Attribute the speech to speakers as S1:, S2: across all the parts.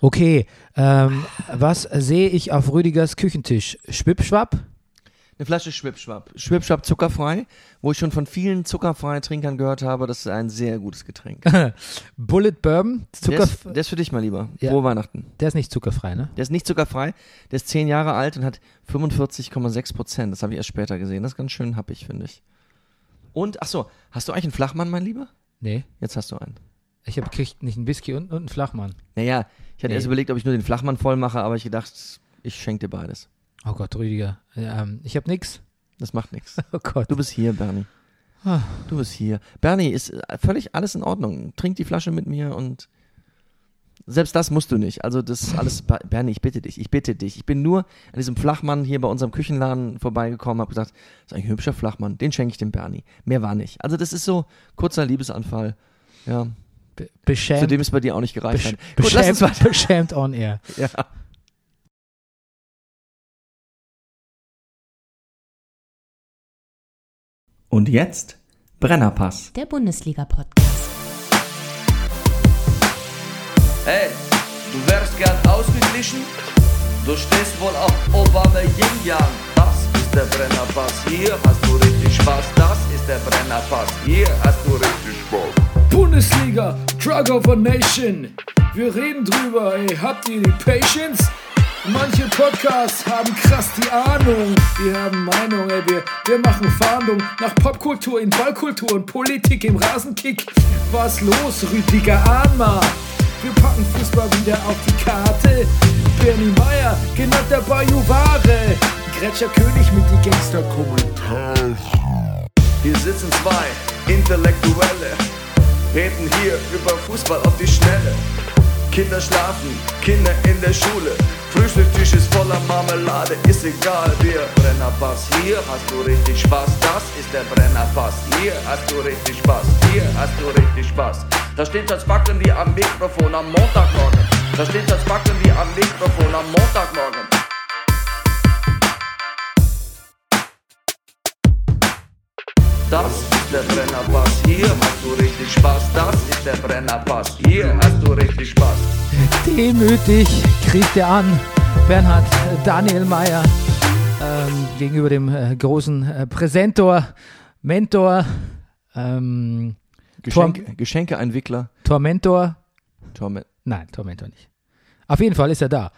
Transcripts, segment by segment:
S1: Okay, ähm, was sehe ich auf Rüdigers Küchentisch? Schwippschwapp?
S2: Eine Flasche Schwipschwap. Schwipschwap zuckerfrei, wo ich schon von vielen zuckerfreien Trinkern gehört habe, das ist ein sehr gutes Getränk.
S1: Bullet Bourbon?
S2: Der
S1: Zucker
S2: ist, der ist für dich mal lieber.
S1: Ja.
S2: Frohe Weihnachten.
S1: der ist nicht zuckerfrei, ne?
S2: Der ist nicht zuckerfrei, der ist zehn Jahre alt und hat 45,6 Prozent. Das habe ich erst später gesehen. Das ist ganz schön happig, finde ich. Und, ach so, hast du eigentlich einen Flachmann, mein Lieber?
S1: Nee.
S2: Jetzt hast du einen.
S1: Ich habe kriegt nicht einen Whisky und, und einen Flachmann.
S2: Naja, ich hatte
S1: Nee.
S2: erst überlegt, ob ich nur den Flachmann voll mache, aber ich gedacht, ich schenke dir beides.
S1: Oh Gott, Rüdiger. Ähm, ich habe nix.
S2: Das macht nichts.
S1: Oh Gott.
S2: Du bist hier, Bernie.
S1: Ah.
S2: Du bist hier. Bernie, ist äh, völlig alles in Ordnung. Trink die Flasche mit mir und selbst das musst du nicht. Also das ist alles, Ba- Bernie, ich bitte dich, ich bitte dich. Ich bin nur an diesem Flachmann hier bei unserem Küchenladen vorbeigekommen, habe gesagt, das ist eigentlich ein hübscher Flachmann, den schenke ich dem Bernie. Mehr war nicht. Also das ist so kurzer Liebesanfall. Ja,
S1: Be
S2: zu
S1: beschämt.
S2: dem es bei dir auch nicht gereicht
S1: Besch
S2: hat. Gut, lass uns
S1: beschämt, beschämt on air.
S2: Ja. Und jetzt Brennerpass.
S3: Der Bundesliga-Podcast.
S4: Hey, du wärst gern ausgeglichen? Du stehst wohl auf Obama Yin Yang. Das ist der Brennerpass. Hier hast du richtig Spaß. Das ist der Brennerpass. Hier hast du richtig Spaß.
S5: Bundesliga, Drug of a Nation. Wir reden drüber, ey. Habt ihr die Patience? Manche Podcasts haben krass die Ahnung. Wir haben Meinung, ey. Wir, wir machen Fahndung nach Popkultur in Ballkultur und Politik im Rasenkick. Was los, Rüdiger Ahnma? Wir packen Fußball wieder auf die Karte. Bernie Meyer, genannt der Bayou Ware. Gretscher König mit die Gangster-Kommentare.
S4: Hier sitzen zwei Intellektuelle. Reden hier über Fußball auf die Schnelle. Kinder schlafen, Kinder in der Schule. Frühstücktisch ist voller Marmelade, ist egal, wir Brennerpass. Hier hast du richtig Spaß, das ist der Brennerpass. Hier hast du richtig Spaß, hier hast du richtig Spaß. Da steht das Backen wie am Mikrofon am Montagmorgen. Da steht das Backen wie am Mikrofon am Montagmorgen. Das ist der Brennerpass, hier hast du richtig Spaß. Das ist der Brennerpass, hier hast du richtig Spaß.
S1: Demütig kriegt er an. Bernhard äh, Daniel Mayer ähm, gegenüber dem äh, großen äh, Präsentor, Mentor, ähm,
S2: Geschenk, Geschenkeentwickler.
S1: Tormentor.
S2: Torment.
S1: Nein, Tormentor nicht. Auf jeden Fall ist er da.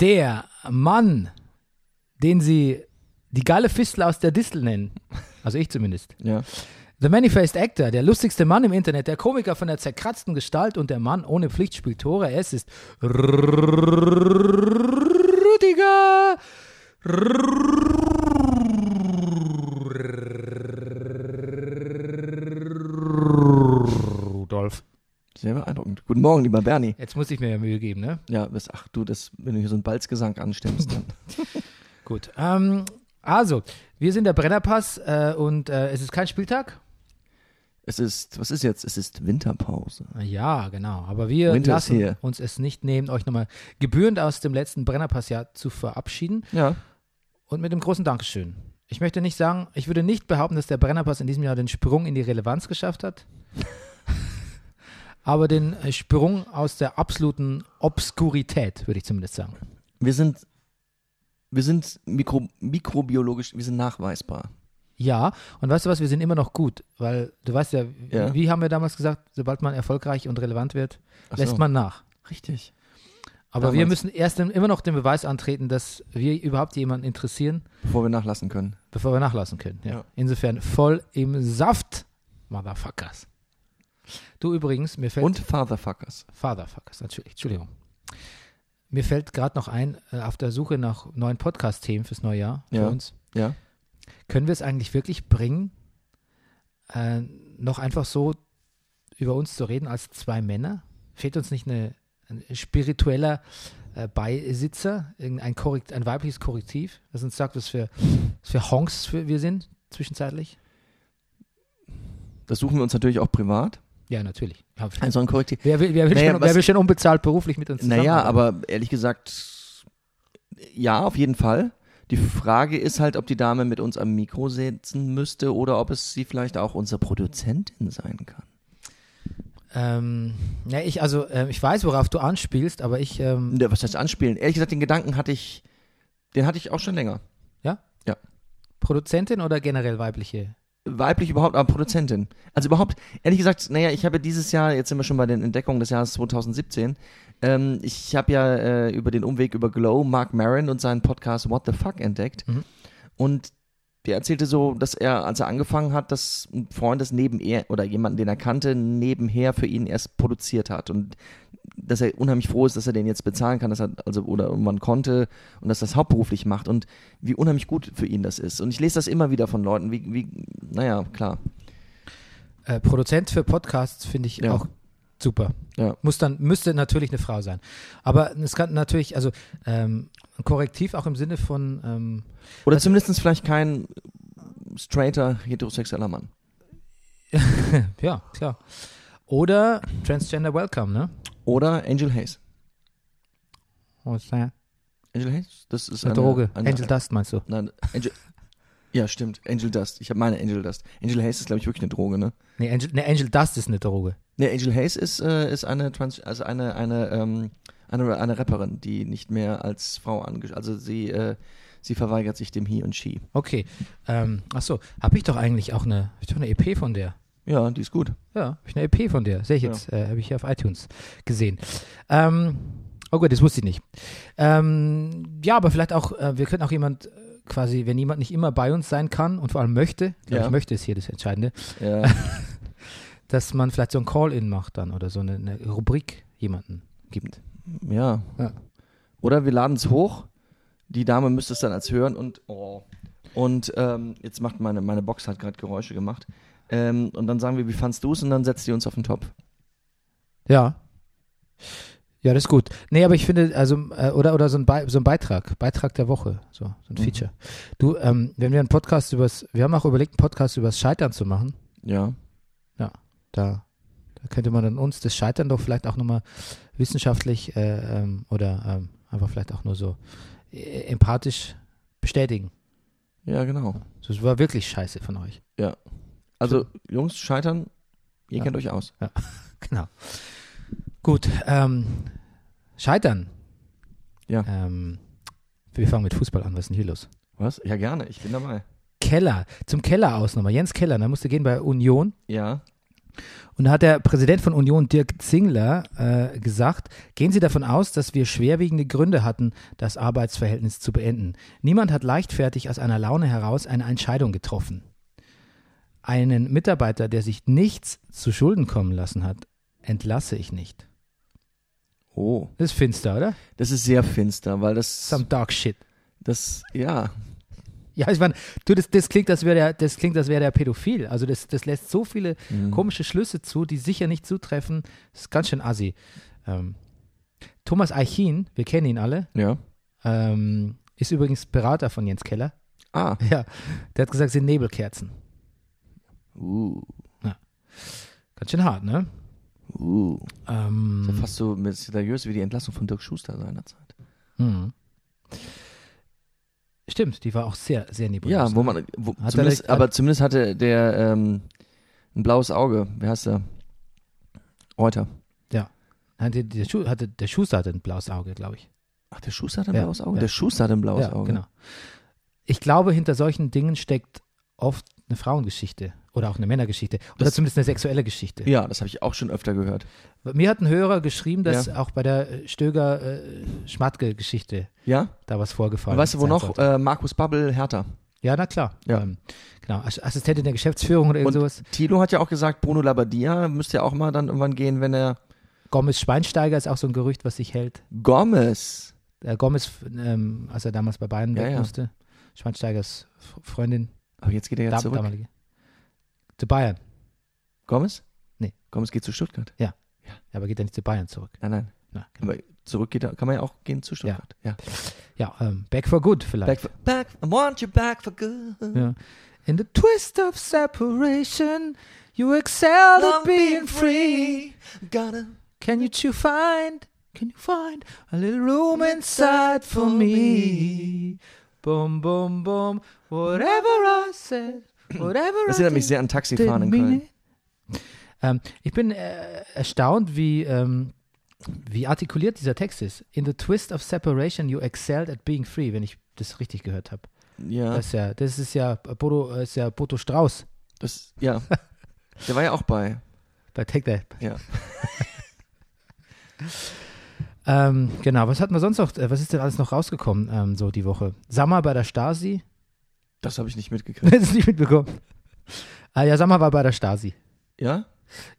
S1: Der Mann, den sie die geile Fistel aus der Distel nennen. Also ich zumindest.
S2: Ja.
S1: The Manifest Actor, der lustigste Mann im Internet, der Komiker von der zerkratzten Gestalt und der Mann ohne Pflichtspiel Tore. Es ist Rüdiger Rudolf.
S2: Sehr beeindruckend. Guten Morgen, lieber Bernie.
S1: Jetzt muss ich mir ja Mühe geben, ne?
S2: Ja, bis, ach du, das, wenn du hier so einen Balzgesang anstimmst, dann.
S1: Gut. Ähm, also, wir sind der Brennerpass äh, und äh, es ist kein Spieltag.
S2: es ist, was ist jetzt? Es ist Winterpause.
S1: Ja, genau. Aber wir
S2: Winter is
S1: lassen
S2: here.
S1: uns es nicht nehmen, euch nochmal gebührend aus dem letzten Brennerpassjahr zu verabschieden
S2: Ja.
S1: und mit dem großen Dankeschön. Ich möchte nicht sagen, ich würde nicht behaupten, dass der Brennerpass in diesem Jahr den Sprung in die Relevanz geschafft hat, aber den äh, Sprung aus der absoluten Obskurität, würde ich zumindest sagen.
S2: Wir sind, wir sind mikro, mikrobiologisch, wir sind nachweisbar.
S1: Ja, und weißt du was, wir sind immer noch gut, weil du weißt ja, wie-
S2: Ja.
S1: wie haben wir damals gesagt, sobald man erfolgreich und relevant wird,
S2: Ach
S1: lässt
S2: so.
S1: man nach.
S2: Richtig.
S1: Aber wir
S2: Damals.
S1: müssen erst im- immer noch den Beweis antreten, dass wir überhaupt jemanden interessieren,
S2: Bevor wir nachlassen können.
S1: bevor wir nachlassen können. Ja.
S2: Ja.
S1: Insofern voll im Saft, Motherfuckers. Du übrigens, mir fällt
S2: Und Fatherfuckers.
S1: Fatherfuckers, natürlich, Entschuldigung. Mir fällt gerade noch ein, äh, auf der Suche nach neuen Podcast-Themen fürs neue Jahr für
S2: Ja.
S1: uns.
S2: Ja.
S1: Können wir es eigentlich wirklich bringen, äh, noch einfach so über uns zu reden als zwei Männer? Fehlt uns nicht eine, ein spiritueller äh, Beisitzer, irgendein Korrekt, ein weibliches Korrektiv, das uns sagt, was für, was für Honks für wir sind, zwischenzeitlich?
S2: Das suchen wir uns natürlich auch privat.
S1: Ja, natürlich. Hab ich-
S2: Ein so ein Korrektiv.
S1: Wer will, wer, will
S2: Also, Naja,
S1: schon,
S2: was-
S1: wer will schon unbezahlt beruflich mit uns zusammen?
S2: Naja, aber ehrlich gesagt, ja, auf jeden Fall. Die Frage ist halt, ob die Dame mit uns am Mikro sitzen müsste oder ob es sie vielleicht auch unsere Produzentin sein kann.
S1: Ähm, ja, ich, also, ähm, ich weiß, worauf du anspielst, aber ich, ähm,
S2: Ja, Ne, was heißt anspielen? Ehrlich gesagt, den Gedanken hatte ich, den hatte ich auch schon länger.
S1: ja?
S2: Ja.
S1: Produzentin oder generell weibliche?
S2: Weiblich überhaupt, aber Produzentin. Also überhaupt, ehrlich gesagt, naja, ich habe ja dieses Jahr, jetzt sind wir schon bei den Entdeckungen des Jahres 2017, ähm, ich habe ja äh, über den Umweg über Glow Mark Maron und seinen Podcast What the Fuck entdeckt. Und der erzählte so, dass er, als er angefangen hat, dass ein Freund das neben er oder jemanden, den er kannte, nebenher für ihn erst produziert hat. Und dass er unheimlich froh ist, dass er den jetzt bezahlen kann, dass er also oder irgendwann konnte und dass das hauptberuflich macht und wie unheimlich gut für ihn das ist. Und ich lese das immer wieder von Leuten, wie, wie naja, klar.
S1: Äh, Produzent für Podcasts finde ich
S2: Ja.
S1: auch super.
S2: Ja.
S1: Muss dann, müsste natürlich eine Frau sein. Aber es kann natürlich, also ähm, ein Korrektiv auch im Sinne von ähm,
S2: Oder zumindest vielleicht kein straighter, heterosexueller Mann.
S1: Ja, klar. Oder Transgender Welcome, ne?
S2: Oder Angel Hayes.
S1: Oh, Eine,
S2: Angel Hayes? Das ist
S1: eine
S2: eine
S1: Droge.
S2: Eine,
S1: Angel Dust meinst du?
S2: Nein, Angel. ja, stimmt. Angel Dust. Ich habe meine Angel Dust. Angel Hayes ist, glaube ich, wirklich eine Droge, ne?
S1: Nee, Angel, nee, Angel Dust ist eine Droge.
S2: Ne, Angel Hayes ist, äh, ist eine Trans, also eine, eine, ähm, eine, eine Rapperin, die nicht mehr als Frau ange, also sie, äh, sie verweigert sich dem He und She.
S1: Okay. Ähm, achso, habe ich doch eigentlich auch eine, hab ich doch eine EP von der.
S2: Ja, die ist gut.
S1: Ja, habe ich eine EP von der. Sehe ich jetzt. Äh, habe ich hier auf iTunes gesehen. Ähm, oh gut, das wusste ich nicht. Ähm, ja, aber vielleicht auch, äh, wir können auch jemand äh, quasi, wenn jemand nicht immer bei uns sein kann und vor allem möchte, ja.
S2: Ja.
S1: ich möchte ist hier das Entscheidende,
S2: Ja.
S1: dass man vielleicht so ein Call-In macht dann oder so eine, eine Rubrik jemanden gibt.
S2: ja.
S1: Ja.
S2: Oder wir laden es hoch. Die Dame müsste es dann als hören und oh. Und ähm, jetzt macht meine, meine Box hat gerade Geräusche gemacht. Ähm, und dann sagen wir, wie fandst du es? Und dann setzt die uns auf den Topf.
S1: Ja. Ja, das ist gut. Nee, aber ich finde, also, äh, oder, oder so, ein Bei so ein Beitrag, Beitrag der Woche, so, so ein Feature. Du, ähm, wenn wir einen Podcast übers, wir haben auch überlegt, einen Podcast übers Scheitern zu machen,
S2: Ja.
S1: da, da könnte man dann uns das Scheitern doch vielleicht auch nochmal wissenschaftlich äh, ähm, oder ähm, einfach vielleicht auch nur so äh, empathisch bestätigen.
S2: Ja, genau.
S1: So, Es war wirklich scheiße von euch.
S2: Also, Jungs, scheitern, ihr
S1: Ja.
S2: kennt euch aus.
S1: Genau. Gut, ähm, Scheitern.
S2: Ja.
S1: Ähm, wir fangen mit Fußball an, was ist denn hier los?
S2: Was? Ja, gerne, ich bin dabei.
S1: Keller, zum Keller aus nochmal. Jens Keller, da musste gehen bei Union.
S2: Ja.
S1: Und da hat der Präsident von Union, Dirk Zingler, äh, gesagt, gehen Sie davon aus, dass wir schwerwiegende Gründe hatten, das Arbeitsverhältnis zu beenden. Niemand hat leichtfertig aus einer Laune heraus eine Entscheidung getroffen. Einen Mitarbeiter, der sich nichts zu Schulden kommen lassen hat, entlasse ich nicht.
S2: Oh.
S1: Das ist finster, oder?
S2: Das ist sehr finster, weil das.
S1: Some dark shit.
S2: Das, ja.
S1: Ja, ich meine, du, das, das klingt, als wäre der, das klingt, als wäre der pädophil. Also das, das lässt so viele
S2: Mhm.
S1: komische Schlüsse zu, die sicher nicht zutreffen. Das ist ganz schön assi. Ähm, Thomas Eichin, wir kennen ihn alle,
S2: Ja.
S1: ähm, ist übrigens Berater von Jens Keller.
S2: Ah.
S1: Ja, der hat gesagt, es sind Nebelkerzen.
S2: Uh.
S1: Ganz schön hart, ne?
S2: Uh.
S1: Ähm,
S2: Das ist ja fast so mysteriös wie die Entlassung von Dirk Schuster seinerzeit.
S1: hm. Stimmt, die war auch sehr, sehr nebulös.
S2: Ja, wo man. Wo,
S1: er
S2: zumindest,
S1: recht-
S2: aber zumindest hatte der ähm, ein blaues Auge. Wer heißt der? Reuter.
S1: Ja. Hatte, der, Schu hatte, der Schuster hatte ein blaues Auge, glaube ich.
S2: Ach, der Schuster hat ein
S1: Ja,
S2: blaues Auge?
S1: ja.
S2: Der Schuster hat ein blaues
S1: ja,
S2: Auge.
S1: Genau. Ich glaube, hinter solchen Dingen steckt oft eine Frauengeschichte oder auch eine Männergeschichte oder
S2: Das-
S1: zumindest eine sexuelle Geschichte.
S2: Ja, das habe ich auch schon öfter gehört.
S1: Mir hat ein Hörer geschrieben, dass
S2: Ja.
S1: auch bei der äh, Stöger äh, Schmatke-Geschichte
S2: Ja?
S1: da was vorgefallen
S2: weißt du, wo
S1: sein
S2: noch?
S1: sollte.
S2: Äh, Markus Babbel, Hertha.
S1: ja, na klar.
S2: Ja.
S1: Ähm, genau. Ass- Assistentin der Geschäftsführung oder irgend
S2: Und-
S1: sowas.
S2: Tilo hat ja auch gesagt, Bruno Labbadia müsste ja auch mal dann irgendwann gehen, wenn er
S1: Gomez Schweinsteiger ist auch so ein Gerücht, was sich hält.
S2: Gomez.
S1: Äh, Gomez, f- ähm, als er damals bei Bayern
S2: Ja,
S1: weg
S2: ja.
S1: musste, Schweinsteigers F- Freundin,
S2: Aber jetzt geht er ja
S1: dam-
S2: zurück.
S1: damalige. Zu Bayern.
S2: Gomez?
S1: Nee.
S2: Gomez geht zu Stuttgart.
S1: Ja, aber geht er nicht zu Bayern zurück.
S2: Nein, nein.
S1: Na, genau.
S2: Aber zurück geht er, kann man ja auch gehen zu Stuttgart. Ja.
S1: Ja, ähm, Back for Good vielleicht.
S2: Back, for, back, I want you back for good.
S1: ja. In the twist of separation, you excelled at
S2: Love
S1: being free.
S2: Gotta.
S1: Can you to find, can you find a little room Mm. inside for me? Boom, boom, boom, whatever I said, whatever
S2: Das
S1: I
S2: erinnert mich
S1: did,
S2: sehr an Taxifahren in
S1: didn't
S2: Köln.
S1: mean it. Ähm, ich bin äh, erstaunt, wie, ähm, wie artikuliert dieser Text ist. In the twist of separation, you excelled at being free, wenn ich das richtig gehört habe.
S2: Ja,
S1: Das ist ja, das ist ja äh, Bodo, äh, ist ja Bodo Strauß
S2: das, ja. Der war ja auch bei.
S1: bei Take That.
S2: Ja.
S1: Ähm, genau, was hat man sonst noch? äh, Was ist denn alles noch rausgekommen ähm, so die Woche? Sammer bei der Stasi?
S2: Das habe ich nicht mitgekriegt.
S1: Das ist nicht mitbekommen. Ah, ja, Sammer war bei der Stasi.
S2: Ja?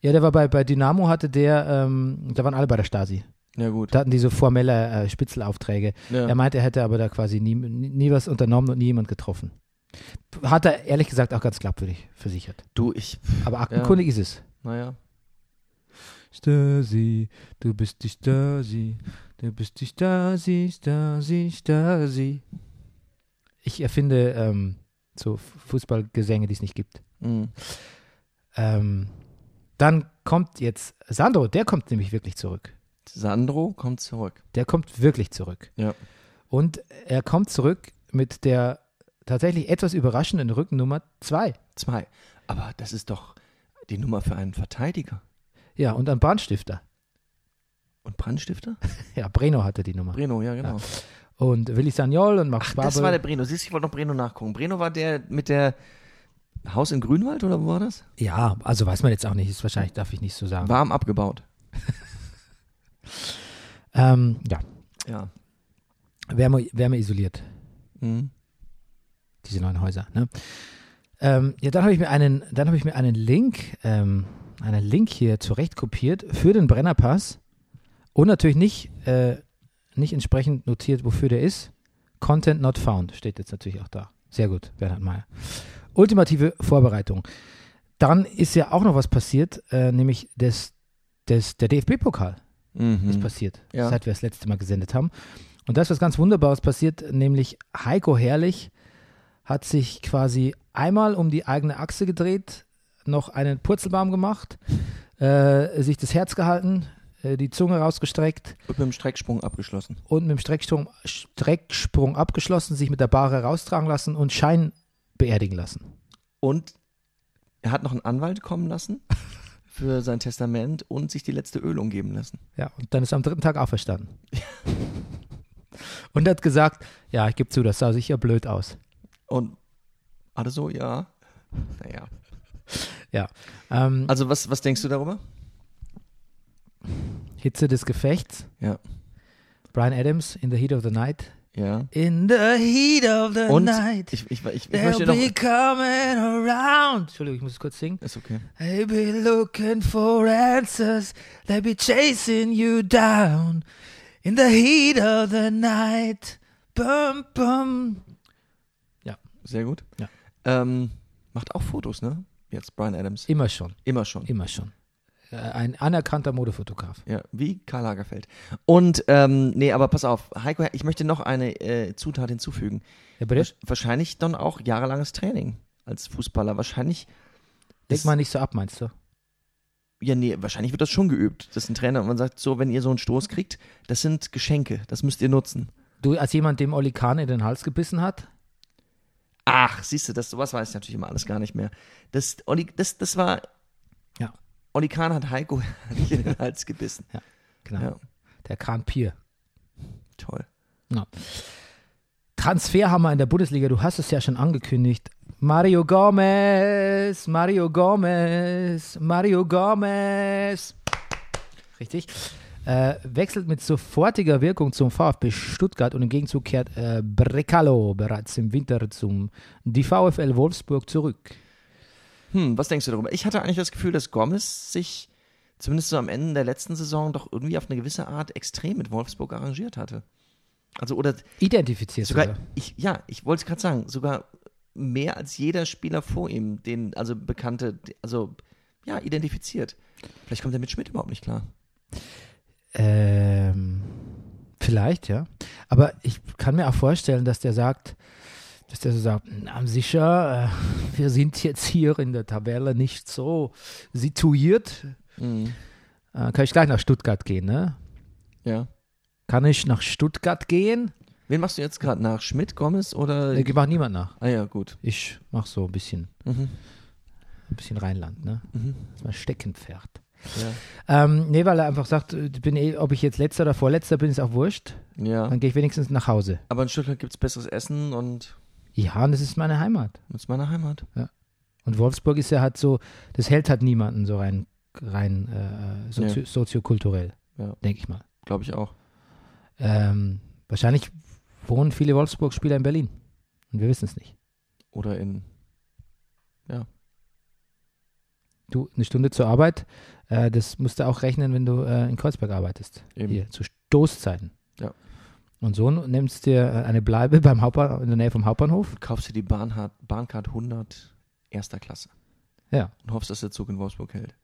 S1: Ja, der war bei, bei Dynamo, hatte der, ähm, da waren alle bei der Stasi.
S2: Ja, gut.
S1: Da hatten die so formelle äh, Spitzelaufträge.
S2: Ja.
S1: Er meinte, er hätte aber da quasi nie, nie nie was unternommen und nie jemand getroffen. Hat er ehrlich gesagt auch ganz glaubwürdig versichert.
S2: Du, ich.
S1: Aber aktenkundig ist es.
S2: Naja.
S1: Stasi, du bist die Stasi, du bist die Stasi, Stasi, Stasi. Ich erfinde ähm, so Fußballgesänge, die es nicht gibt.
S2: Mhm.
S1: Ähm, dann kommt jetzt Sandro, der kommt nämlich wirklich zurück.
S2: Sandro kommt zurück.
S1: Der kommt wirklich zurück.
S2: Ja.
S1: Und er kommt zurück mit der tatsächlich etwas überraschenden Rückennummer 2.
S2: Zwei. Aber das ist doch die Nummer für einen Verteidiger.
S1: Ja, und ein Bahnstifter.
S2: Und Brandstifter?
S1: Ja, Breno hatte die Nummer.
S2: Breno, ja, genau.
S1: Und Willi Sagnol und Max
S2: Ach, das
S1: Babel.
S2: war der Breno. Siehst du, ich wollte noch Breno nachgucken. Breno war der mit der Haus in Grünwald oder wo war das?
S1: ja, also weiß man jetzt auch nicht. Ist wahrscheinlich, darf ich nicht so sagen.
S2: Warm abgebaut.
S1: Ähm, ja,
S2: Ja.
S1: Wärme, Wärme isoliert,
S2: Mhm.
S1: diese neuen Häuser. Ne? Ähm, ja, dann habe ich mir einen, dann habe ich mir einen Link, ähm, einen Link hier zurecht kopiert für den Brennerpass und natürlich nicht, äh, nicht entsprechend notiert, wofür der ist. Content not found steht jetzt natürlich auch da. Sehr gut, Bernhard Mayer. Ultimative Vorbereitung. Dann ist ja auch noch was passiert, äh, nämlich des, des, der DFB-Pokal.
S2: Mhm.
S1: ist passiert,
S2: Ja.
S1: seit wir das letzte Mal gesendet haben. Und da ist was ganz Wunderbares passiert, nämlich Heiko Herrlich hat sich quasi einmal um die eigene Achse gedreht, noch einen Purzelbaum gemacht, äh, sich das Herz gehalten, äh, die Zunge rausgestreckt
S2: Und mit dem Strecksprung abgeschlossen.
S1: und mit dem Strecksprung, Strecksprung abgeschlossen, sich mit der Bahre raustragen lassen und Schein beerdigen lassen.
S2: Und er hat noch einen Anwalt kommen lassen für sein Testament und sich die letzte Ölung geben lassen.
S1: Ja, und dann ist er am dritten Tag auferstanden. und hat gesagt, ja, ich gebe zu, das sah sicher blöd aus.
S2: Und alle so, ja. Naja.
S1: Ja. Ähm,
S2: Also, was, was denkst du darüber?
S1: Hitze des Gefechts.
S2: Ja.
S1: Brian Adams in the heat of the night.
S2: Ja.
S1: In the heat of the
S2: Und
S1: night.
S2: ich, ich, ich, ich
S1: They'll
S2: möchte noch.
S1: be coming around. Entschuldigung, ich muss kurz singen.
S2: Ist okay.
S1: They be looking for answers. They be chasing you down. In the heat of the night. Bum, bum.
S2: Sehr gut.
S1: Ja.
S2: Ähm, macht auch Fotos, ne? Jetzt Brian Adams.
S1: Immer schon,
S2: Immer schon.
S1: immer schon. Äh, Ein anerkannter Modefotograf.
S2: Ja, wie Karl Lagerfeld. Und, ähm, nee, aber pass auf, Heiko, ich möchte noch eine äh, Zutat hinzufügen.
S1: Ja, bitte?
S2: Wasch- Wahrscheinlich dann auch jahrelanges Training als Fußballer. Wahrscheinlich,
S1: Leg mal nicht so ab, meinst du?
S2: ja, nee, wahrscheinlich wird das schon geübt. Das ist ein Trainer und man sagt so, wenn ihr so einen Stoß kriegt, das sind Geschenke, das müsst ihr nutzen.
S1: Du, als jemand, dem Oli Kahn in den Hals gebissen hat?
S2: Ach, siehst du, das, sowas weiß ich natürlich immer alles gar nicht mehr. Das, Olli, das, das war,
S1: Ja,
S2: Olli Kahn hat Heiko nicht in den Hals gebissen.
S1: genau.
S2: Ja,
S1: Der Kahn Pier.
S2: toll.
S1: Transferhammer in der Bundesliga, du hast es ja schon angekündigt. Mario Gomez, Mario Gomez, Mario Gomez. Richtig. Äh, wechselt mit sofortiger Wirkung zum VfB Stuttgart und im Gegenzug kehrt äh, Brecalo bereits im Winter zum die VfL Wolfsburg zurück.
S2: Hm, was denkst du darüber? Ich hatte eigentlich das Gefühl, dass Gomez sich zumindest so am Ende der letzten Saison doch irgendwie auf eine gewisse Art extrem mit Wolfsburg arrangiert hatte. Also, oder
S1: Identifiziert sogar.
S2: sogar, ich, ja, ich wollte es gerade sagen, sogar mehr als jeder Spieler vor ihm, den, also Bekannte, die- also, ja, identifiziert. Vielleicht kommt er mit Schmidt überhaupt nicht klar.
S1: Ähm, vielleicht, ja. Aber ich kann mir auch vorstellen, dass der sagt, dass der so sagt, na sicher, äh, wir sind jetzt hier in der Tabelle nicht so situiert.
S2: Mhm.
S1: Äh, kann ich gleich nach Stuttgart gehen, ne?
S2: Ja.
S1: Kann ich nach Stuttgart gehen?
S2: Wen machst du jetzt gerade nach? Schmidt, Gomez oder?
S1: Ich mach niemand nach.
S2: ah ja, gut.
S1: Ich mach so ein bisschen. Ein bisschen Rheinland, ne? Das ist mein Steckenpferd.
S2: Ja.
S1: Ähm, nee, weil er einfach sagt, äh, bin eh, ob ich jetzt letzter oder vorletzter bin, ist auch wurscht.
S2: ja.
S1: Dann gehe ich wenigstens nach Hause.
S2: Aber in Stuttgart gibt es besseres Essen und
S1: Ja, und das ist meine Heimat.
S2: das ist meine Heimat.
S1: Und Wolfsburg ist ja halt so, das hält halt niemanden so rein, rein äh, sozi
S2: Ja.
S1: soziokulturell,
S2: Ja.
S1: denke ich mal.
S2: Glaube ich auch.
S1: Ähm, wahrscheinlich wohnen viele Wolfsburg-Spieler in Berlin. Und wir wissen es nicht.
S2: Oder in.
S1: Du, eine Stunde zur Arbeit, äh, das musst du auch rechnen, wenn du äh, in Kreuzberg arbeitest.
S2: Eben.
S1: Hier, zu Stoßzeiten.
S2: Ja.
S1: Und so nimmst dir äh, eine Bleibe beim Hauptbahnhof, in der Nähe vom Hauptbahnhof.
S2: Kaufst dir die Bahnhard, Bahncard 100 erster Klasse
S1: Ja.
S2: und hoffst, dass der Zug in Wolfsburg hält.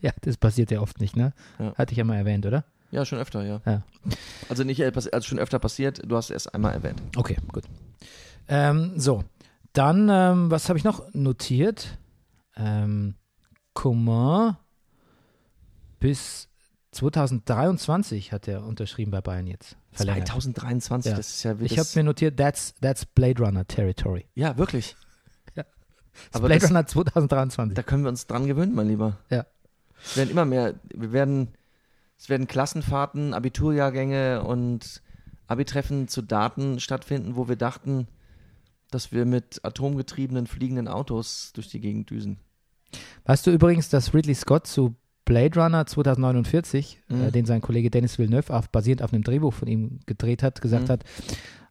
S1: Ja, das passiert ja oft nicht, ne?
S2: Ja.
S1: Hatte ich ja mal erwähnt, oder?
S2: Ja, schon öfter, ja.
S1: Ja.
S2: Also nicht äh, passi- also schon öfter passiert, du hast es erst einmal erwähnt.
S1: Okay, gut. Ähm, so, dann, ähm, was habe ich noch notiert? Ähm, Coman bis 2023 hat er unterschrieben bei Bayern jetzt. Verlängert.
S2: 2023,
S1: Ja.
S2: das ist ja wie
S1: Ich habe
S2: das-
S1: mir notiert, that's, that's Blade Runner Territory.
S2: Ja, wirklich.
S1: Ja.
S2: Aber
S1: Blade
S2: das,
S1: Runner 2023.
S2: da können wir uns dran gewöhnen, mein Lieber.
S1: Ja.
S2: Es werden immer mehr, wir werden, es werden Klassenfahrten, Abiturjahrgänge und Abitreffen zu Daten stattfinden, wo wir dachten, dass wir mit atomgetriebenen fliegenden Autos durch die Gegend düsen.
S1: Weißt du übrigens, dass Ridley Scott zu Blade Runner 2049,
S2: Mhm.
S1: äh, den sein Kollege Dennis Villeneuve auf, basierend auf einem Drehbuch von ihm gedreht hat, gesagt
S2: Mhm.
S1: hat,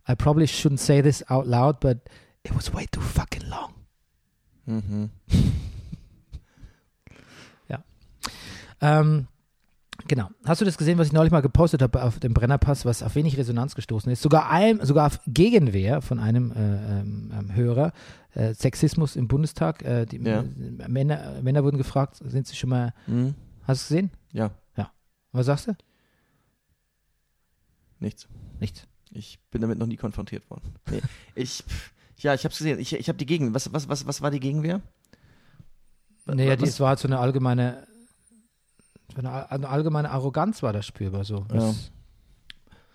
S1: I probably shouldn't say this out loud, but it was way too fucking long.
S2: Mhm.
S1: Ähm, genau. Hast du das gesehen, was ich neulich mal gepostet habe auf dem Brennerpass, was auf wenig Resonanz gestoßen ist? Sogar, einem, sogar auf Gegenwehr von einem äh, ähm, ähm, Hörer. Äh, Sexismus im Bundestag. Äh, die
S2: Ja.
S1: Männer, Männer wurden gefragt, sind sie schon mal,
S2: Mhm.
S1: hast du es gesehen?
S2: Ja,
S1: Was sagst du?
S2: nichts.
S1: Nichts.
S2: Ich bin damit noch nie konfrontiert worden. Nee. ich, pff, ja, ich hab's gesehen. Ich, ich habe die Gegend. Was, was, was, was war die Gegenwehr?
S1: Naja,
S2: was-
S1: das war halt so eine allgemeine, so eine, all- eine allgemeine Arroganz war da spürbar so. Was,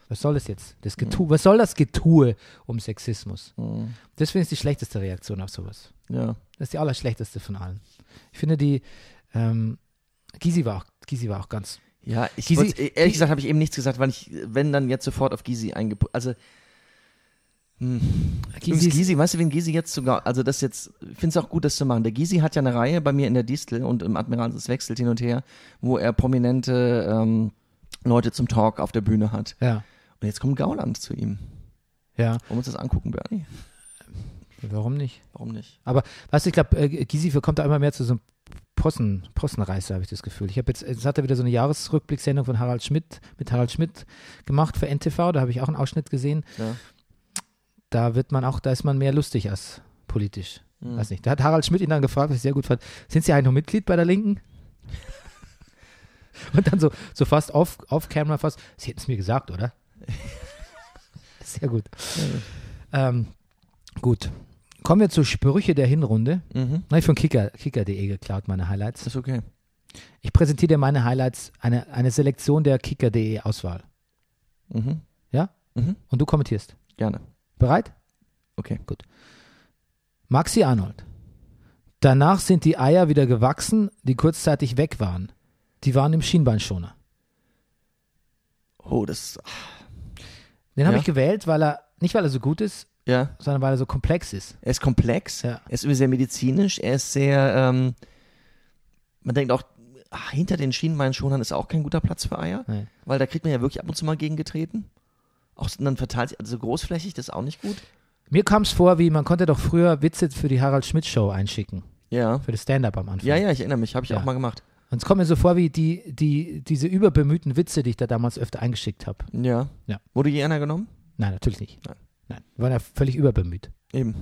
S1: was soll das jetzt? Das Getue, was soll das Getue um Sexismus?
S2: Mhm.
S1: Das finde ich die schlechteste Reaktion auf sowas.
S2: Ja.
S1: Das ist die allerschlechteste von allen. Ich finde die, ähm, Gysi war auch, Gysi war auch ganz,
S2: Ja, ich
S1: Gysi-
S2: wollte-
S1: Gysi-
S2: ehrlich gesagt habe ich eben nichts gesagt, weil ich, wenn dann jetzt sofort auf Gysi eingepumpt. Also, hm. Gysi,
S1: ist-
S2: Gysi, weißt du, wen Gysi jetzt sogar, also das jetzt, ich finde es auch gut, das zu machen. Der Gysi hat ja eine Reihe bei mir in der Distel und im Admiral, es wechselt hin und her, wo er prominente ähm, Leute zum Talk auf der Bühne hat.
S1: ja,
S2: Und jetzt kommt Gauland zu ihm.
S1: ja,
S2: Wollen wir uns das angucken, Bernie?
S1: warum nicht?
S2: Warum nicht?
S1: Weißt du, ich glaube, äh, Gysi kommt da immer mehr zu so einem Possen, Possenreißer, habe ich das Gefühl. Ich habe jetzt, jetzt hat er wieder so eine Jahresrückblicksendung von Harald Schmidt, mit Harald Schmidt gemacht für NTV, da habe ich auch einen Ausschnitt gesehen.
S2: Ja.
S1: Da wird man auch, da ist man mehr lustig als politisch.
S2: Hm.
S1: Weiß nicht. Da hat Harald Schmidt ihn dann gefragt, was ich sehr gut fand, sind Sie eigentlich noch Mitglied bei der Linken? Und dann so, so fast auf, auf Camera fast, Sie hätten es mir gesagt, oder? sehr gut. Ähm, gut. Kommen wir zu Sprüche der Hinrunde.
S2: Mhm.
S1: Nein, von Kicker, kicker.de geklaut, meine Highlights.
S2: Ist okay.
S1: Ich präsentiere dir meine Highlights, eine, eine Selektion der kicker.de Auswahl.
S2: Mhm.
S1: Ja?
S2: Mhm.
S1: Und du kommentierst.
S2: Gerne.
S1: Bereit?
S2: Okay.
S1: Maxi Arnold. Danach sind die Eier wieder gewachsen, die kurzzeitig weg waren. Die waren im Schienbeinschoner.
S2: Oh, das.
S1: Den habe
S2: Ja.
S1: ich gewählt, weil er, nicht weil er so gut ist,
S2: Ja.
S1: sondern weil er so komplex ist.
S2: Er ist komplex.
S1: Ja.
S2: Er ist irgendwie sehr medizinisch. Er ist sehr. Ähm, man denkt auch, ah, hinter den Schienenbeinschonern ist auch kein guter Platz für Eier.
S1: Nee.
S2: Weil da kriegt man ja wirklich ab und zu mal gegengetreten. Auch s- dann verteilt sich, also großflächig, das ist auch nicht gut.
S1: Mir kam es vor, wie man konnte doch früher Witze für die Harald Schmidt Show einschicken,
S2: Ja.
S1: für das Stand-up am Anfang.
S2: Ja, ja, ich erinnere mich, habe ich
S1: Ja.
S2: auch mal gemacht.
S1: Und es kommt mir so vor, wie die, die, diese überbemühten Witze, die ich da damals öfter eingeschickt habe.
S2: Ja.
S1: Ja.
S2: Wurde je einer genommen?
S1: Nein, natürlich nicht.
S2: Nein.
S1: Nein, wir waren ja völlig überbemüht.
S2: Eben.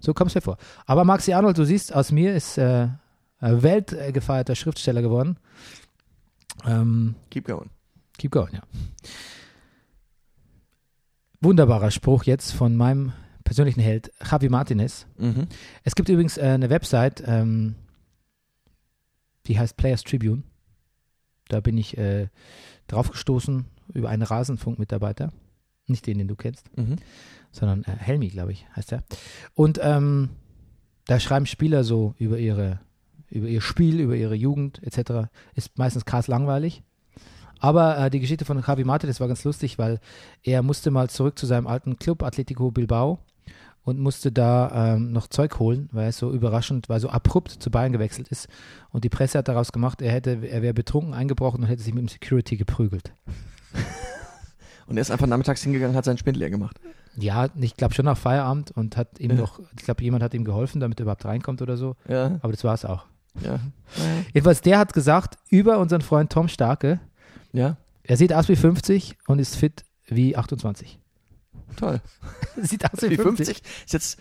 S1: So kommt es mir vor. Aber Maxi Arnold, du siehst, aus mir ist äh, ein weltgefeierter Schriftsteller geworden. Ähm,
S2: Keep going.
S1: keep going, ja. Wunderbarer Spruch jetzt von meinem persönlichen Held Javi Martinez.
S2: Mhm.
S1: Es gibt übrigens äh, eine Website, ähm, die heißt Players Tribune. Da bin ich äh, draufgestoßen über einen Rasenfunk-Mitarbeiter. Nicht den, den du kennst
S2: Mhm.
S1: sondern äh, Helmi, glaube ich, heißt er. Und ähm, Da schreiben Spieler so über ihre, über ihr Spiel, über ihre Jugend etc. Ist meistens krass langweilig. Aber äh, die Geschichte von Javi Mate, das war ganz lustig, weil er musste mal zurück zu seinem alten Club Atletico Bilbao und musste da ähm, noch Zeug holen, weil er so überraschend, weil er so abrupt zu Bayern gewechselt ist. Und die Presse hat daraus gemacht, er hätte, er wäre betrunken eingebrochen und hätte sich mit dem Security geprügelt.
S2: Und er ist einfach nachmittags hingegangen, hat seinen Spind leer gemacht.
S1: Ja, ich glaube schon nach Feierabend und hat ihm
S2: Ja.
S1: noch, ich glaube, jemand hat ihm geholfen, damit er überhaupt reinkommt oder so.
S2: Ja,
S1: Aber das war es auch.
S2: ja.
S1: Jedenfalls, der hat gesagt, über unseren Freund Tom Starke,
S2: Ja,
S1: er sieht aus wie 50 und ist fit wie 28.
S2: toll.
S1: sieht aus
S2: Wie 50 ist jetzt,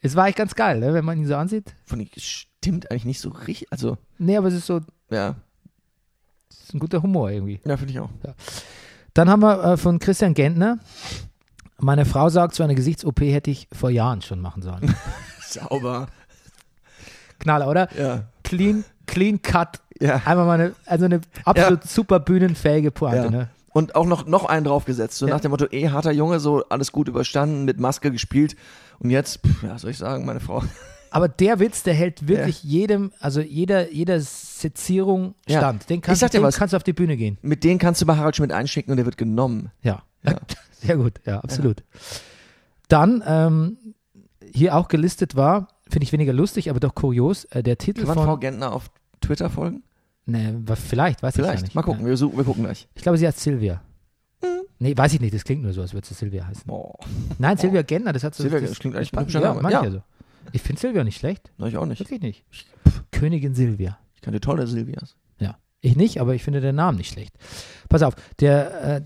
S1: Es war echt ganz geil, ne, wenn man ihn so ansieht.
S2: von stimmt eigentlich nicht so richtig. Also,
S1: Nee, aber es ist so
S2: ja,
S1: es ist ein guter Humor irgendwie.
S2: ja finde ich auch.
S1: Dann haben wir äh, von Christian Gentner. Meine Frau sagt, so eine Gesichts-OP hätte ich vor Jahren schon machen sollen.
S2: Sauber.
S1: Knaller, oder?
S2: Ja,
S1: Clean, clean cut.
S2: ja.
S1: Einmal mal eine, also eine absolut super bühnenfähige Pointe,
S2: Ja.
S1: ne?
S2: Und auch noch, noch einen draufgesetzt, so
S1: Ja.
S2: nach dem Motto, eh, harter Junge, so alles gut überstanden, mit Maske gespielt. Und jetzt, pff, ja, soll ich sagen, meine Frau.
S1: Aber der Witz, der hält wirklich jedem, also jeder, jeder Sezierung
S2: Ja.
S1: stand. Den, kannst,
S2: Ich sag dir
S1: dem
S2: was.
S1: kannst du auf die Bühne gehen.
S2: Mit denen kannst du bei Harald Schmidt einschicken und der wird genommen.
S1: Ja.
S2: Ja.
S1: Sehr gut, ja, absolut. Dann, ähm, hier auch gelistet war, finde ich weniger lustig, aber doch kurios, äh, der Titel
S2: Kann man Frau
S1: von.
S2: Gentner auf Twitter folgen?
S1: Ne, wa- vielleicht, weiß ich gar
S2: Vielleicht.
S1: nicht.
S2: Mal gucken,
S1: Ja.
S2: wir, suchen, wir gucken gleich.
S1: Ich glaube, sie heißt Silvia. Nee, weiß ich nicht, das klingt nur so, als würde sie Silvia heißen.
S2: Oh,
S1: Nein, Silvia Gentner, das hat so.
S2: Silvia, das klingt eigentlich ein hübscher
S1: ja,
S2: Name.
S1: mag
S2: Ja.
S1: ich ja so. Ich finde Silvia nicht schlecht.
S2: nein, ich auch nicht.
S1: Wirklich nicht. Königin Silvia.
S2: Ich kannte tolle Silvias.
S1: Ja, ich nicht, aber ich finde den Namen nicht schlecht. Pass auf, der,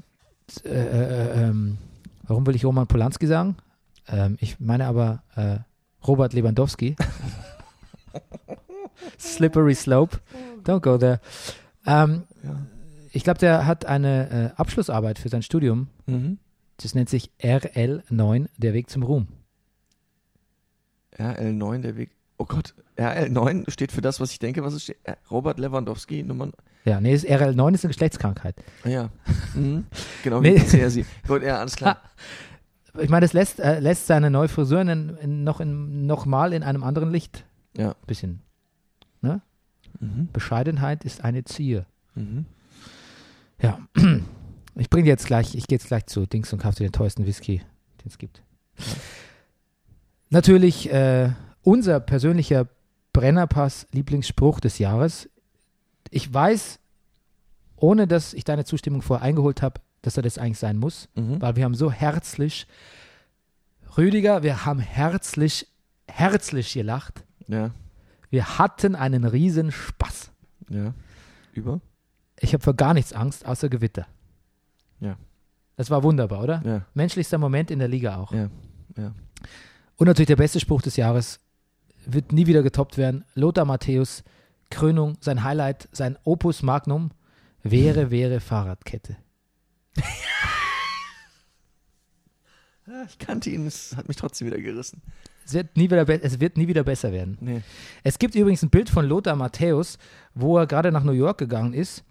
S1: äh, äh, äh, ähm, warum will ich Roman Polanski sagen? Ähm, ich meine aber äh, Robert Lewandowski. Slippery Slope. Don't go there. Ähm,
S2: Ja.
S1: Ich glaube, der hat eine äh, Abschlussarbeit für sein Studium.
S2: Mhm.
S1: Das nennt sich RL9, der Weg zum Ruhm.
S2: RL9, der Weg. Oh Gott, RL9 steht für das, was ich denke, was es steht. Äh, Robert Lewandowski, Nummer.
S1: Ja, nee, ist- RL9 ist eine Geschlechtskrankheit.
S2: Ah Ja. Mhm. Genau,
S1: Nee.
S2: wie CRC. Ich wollte, ja, alles klar.
S1: Ich meine, das lässt, äh, lässt seine neue Frisur in, in, noch, in, noch mal in einem anderen Licht.
S2: Ja.
S1: Bisschen
S2: Mhm.
S1: Bescheidenheit ist eine Zier.
S2: Mhm.
S1: Ja. Ich bringe jetzt gleich, ich gehe jetzt gleich zu Dings und kaufe dir den teuersten Whisky, den es gibt. Natürlich äh, unser persönlicher Brennerpass-Lieblingsspruch des Jahres. Ich weiß, ohne dass ich deine Zustimmung vorher eingeholt habe, dass er das eigentlich sein muss,
S2: Mhm.
S1: weil wir haben so herzlich, Rüdiger, wir haben herzlich, herzlich gelacht.
S2: Ja,
S1: Wir hatten einen riesen Spaß.
S2: ja. Über?
S1: Ich habe vor gar nichts Angst, außer Gewitter.
S2: Ja.
S1: Das war wunderbar, oder?
S2: Ja.
S1: Menschlichster Moment in der Liga auch.
S2: Ja, ja.
S1: Und natürlich der beste Spruch des Jahres wird nie wieder getoppt werden. Lothar Matthäus, Krönung, sein Highlight, sein Opus Magnum, wäre, wäre Fahrradkette.
S2: Ja, Ich kannte ihn, es hat mich trotzdem wieder gerissen.
S1: Es wird, nie wieder be- es wird nie wieder besser werden.
S2: Nee.
S1: Es gibt übrigens ein Bild von Lothar Matthäus, wo er gerade nach New York gegangen ist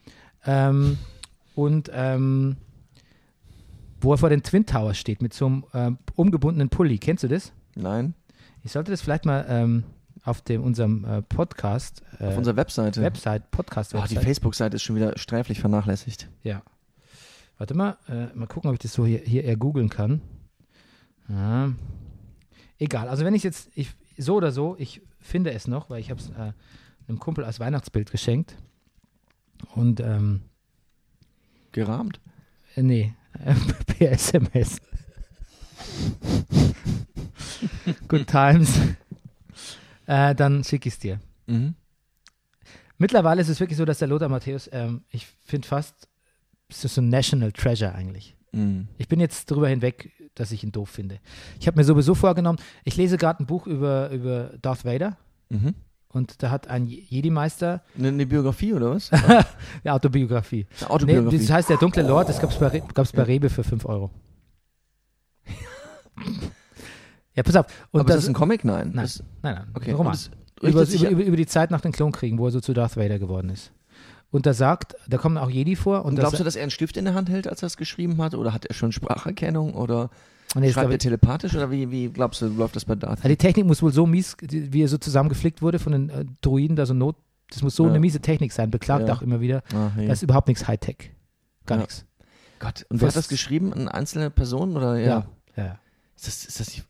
S1: ähm, und ähm, wo er vor den Twin Towers steht mit so einem ähm, umgebundenen Pulli. Kennst du das?
S2: Nein.
S1: Ich sollte das vielleicht mal ähm, auf dem, unserem äh, Podcast, äh,
S2: Auf unserer Webseite.
S1: Website, Podcast
S2: oh, die
S1: Website.
S2: Facebook-Seite ist schon wieder sträflich vernachlässigt.
S1: ja. Warte mal, äh, mal gucken, ob ich das so hier, hier eher googeln kann. Ja. Egal, also wenn ich jetzt, ich, so oder so, ich finde es noch, weil ich habe es äh, einem Kumpel als Weihnachtsbild geschenkt. Und, ähm,
S2: Gerahmt.
S1: Äh, Nee, per SMS. Good times. äh, dann schicke ich es dir.
S2: Mhm.
S1: Mittlerweile ist es wirklich so, dass der Lothar Matthäus, ähm, ich finde fast, es ist so ein National Treasure eigentlich.
S2: Mhm.
S1: Ich bin jetzt drüber hinweg, dass ich ihn doof finde. Ich habe mir sowieso vorgenommen, ich lese gerade ein Buch über, über Darth Vader
S2: Mhm.
S1: und da hat ein Jedi-Meister
S2: Eine, eine Biografie oder was?
S1: eine Autobiografie.
S2: Eine
S1: Nee,
S2: Autobiografie. Oh.
S1: das heißt Der dunkle Lord, das gab es bei, Re gab's bei Rebe für 5 Euro. ja, pass auf. Und
S2: Aber das,
S1: das,
S2: ist ein Comic? Nein.
S1: Nein.
S2: Das,
S1: nein, nein,
S2: okay.
S1: Roman.
S2: Und das
S1: über,
S2: richtet sich
S1: über, über, über die Zeit nach den Klonkriegen, wo er so zu Darth Vader geworden ist. Und da sagt, da kommen auch Jedi vor. Und,
S2: Und
S1: da
S2: glaubst du,
S1: sa-
S2: dass er einen Stift in der Hand hält, als er es geschrieben hat? Oder hat er schon Spracherkennung? Oder
S1: Und jetzt,
S2: Schreibt
S1: glaub
S2: er
S1: ich,
S2: telepathisch oder wie, wie glaubst du, läuft das bei Darth?
S1: also die Technik muss wohl so mies, die- wie er so zusammengeflickt wurde von den äh, Druiden, also Not, das muss so
S2: Ja.
S1: eine miese Technik sein, beklagt
S2: Ja.
S1: auch immer wieder.
S2: Ah, hey.
S1: Das ist überhaupt nichts Hightech. Gar
S2: Ja.
S1: nichts.
S2: Gott, und wer
S1: was-
S2: hat das geschrieben? Eine einzelne Person? Oder, ja.
S1: ja. ja.
S2: Ist das, ist das die,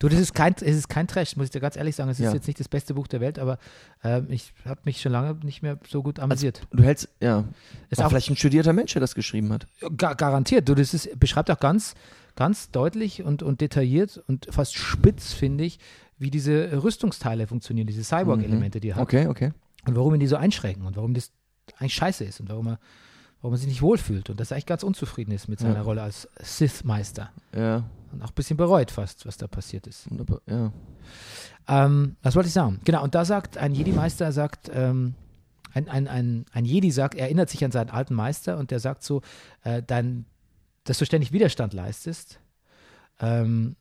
S1: Du, das ist kein, es ist kein Trash, muss ich dir ganz ehrlich sagen. Es ist
S2: Ja.
S1: jetzt nicht das beste Buch der Welt, aber ähm, ich habe mich schon lange nicht mehr so gut
S2: Also,
S1: amüsiert.
S2: du hältst, ja.
S1: Ist
S2: War
S1: auch
S2: vielleicht ein studierter Mensch, der das geschrieben hat.
S1: gar, garantiert. Du, das ist, beschreibt auch ganz, ganz deutlich und, und detailliert und fast spitz, finde ich, wie diese Rüstungsteile funktionieren, diese
S2: Mhm.
S1: Cyborg-Elemente, die er hat.
S2: Okay, okay.
S1: Und warum ihn die so einschränken und warum das eigentlich scheiße ist und warum er, warum er sich nicht wohlfühlt und dass er eigentlich ganz unzufrieden ist mit seiner
S2: Ja.
S1: Rolle als Sith-Meister.
S2: Ja,
S1: Und auch ein bisschen bereut fast, was da passiert ist.
S2: wunderbar, ja.
S1: Ähm, was wollte ich sagen? Genau, und da sagt ein Jedi-Meister, sagt, ähm, ein, ein, ein, ein Jedi sagt, er erinnert sich an seinen alten Meister und der sagt so, äh, dein, dass du ständig Widerstand leistest, ähm,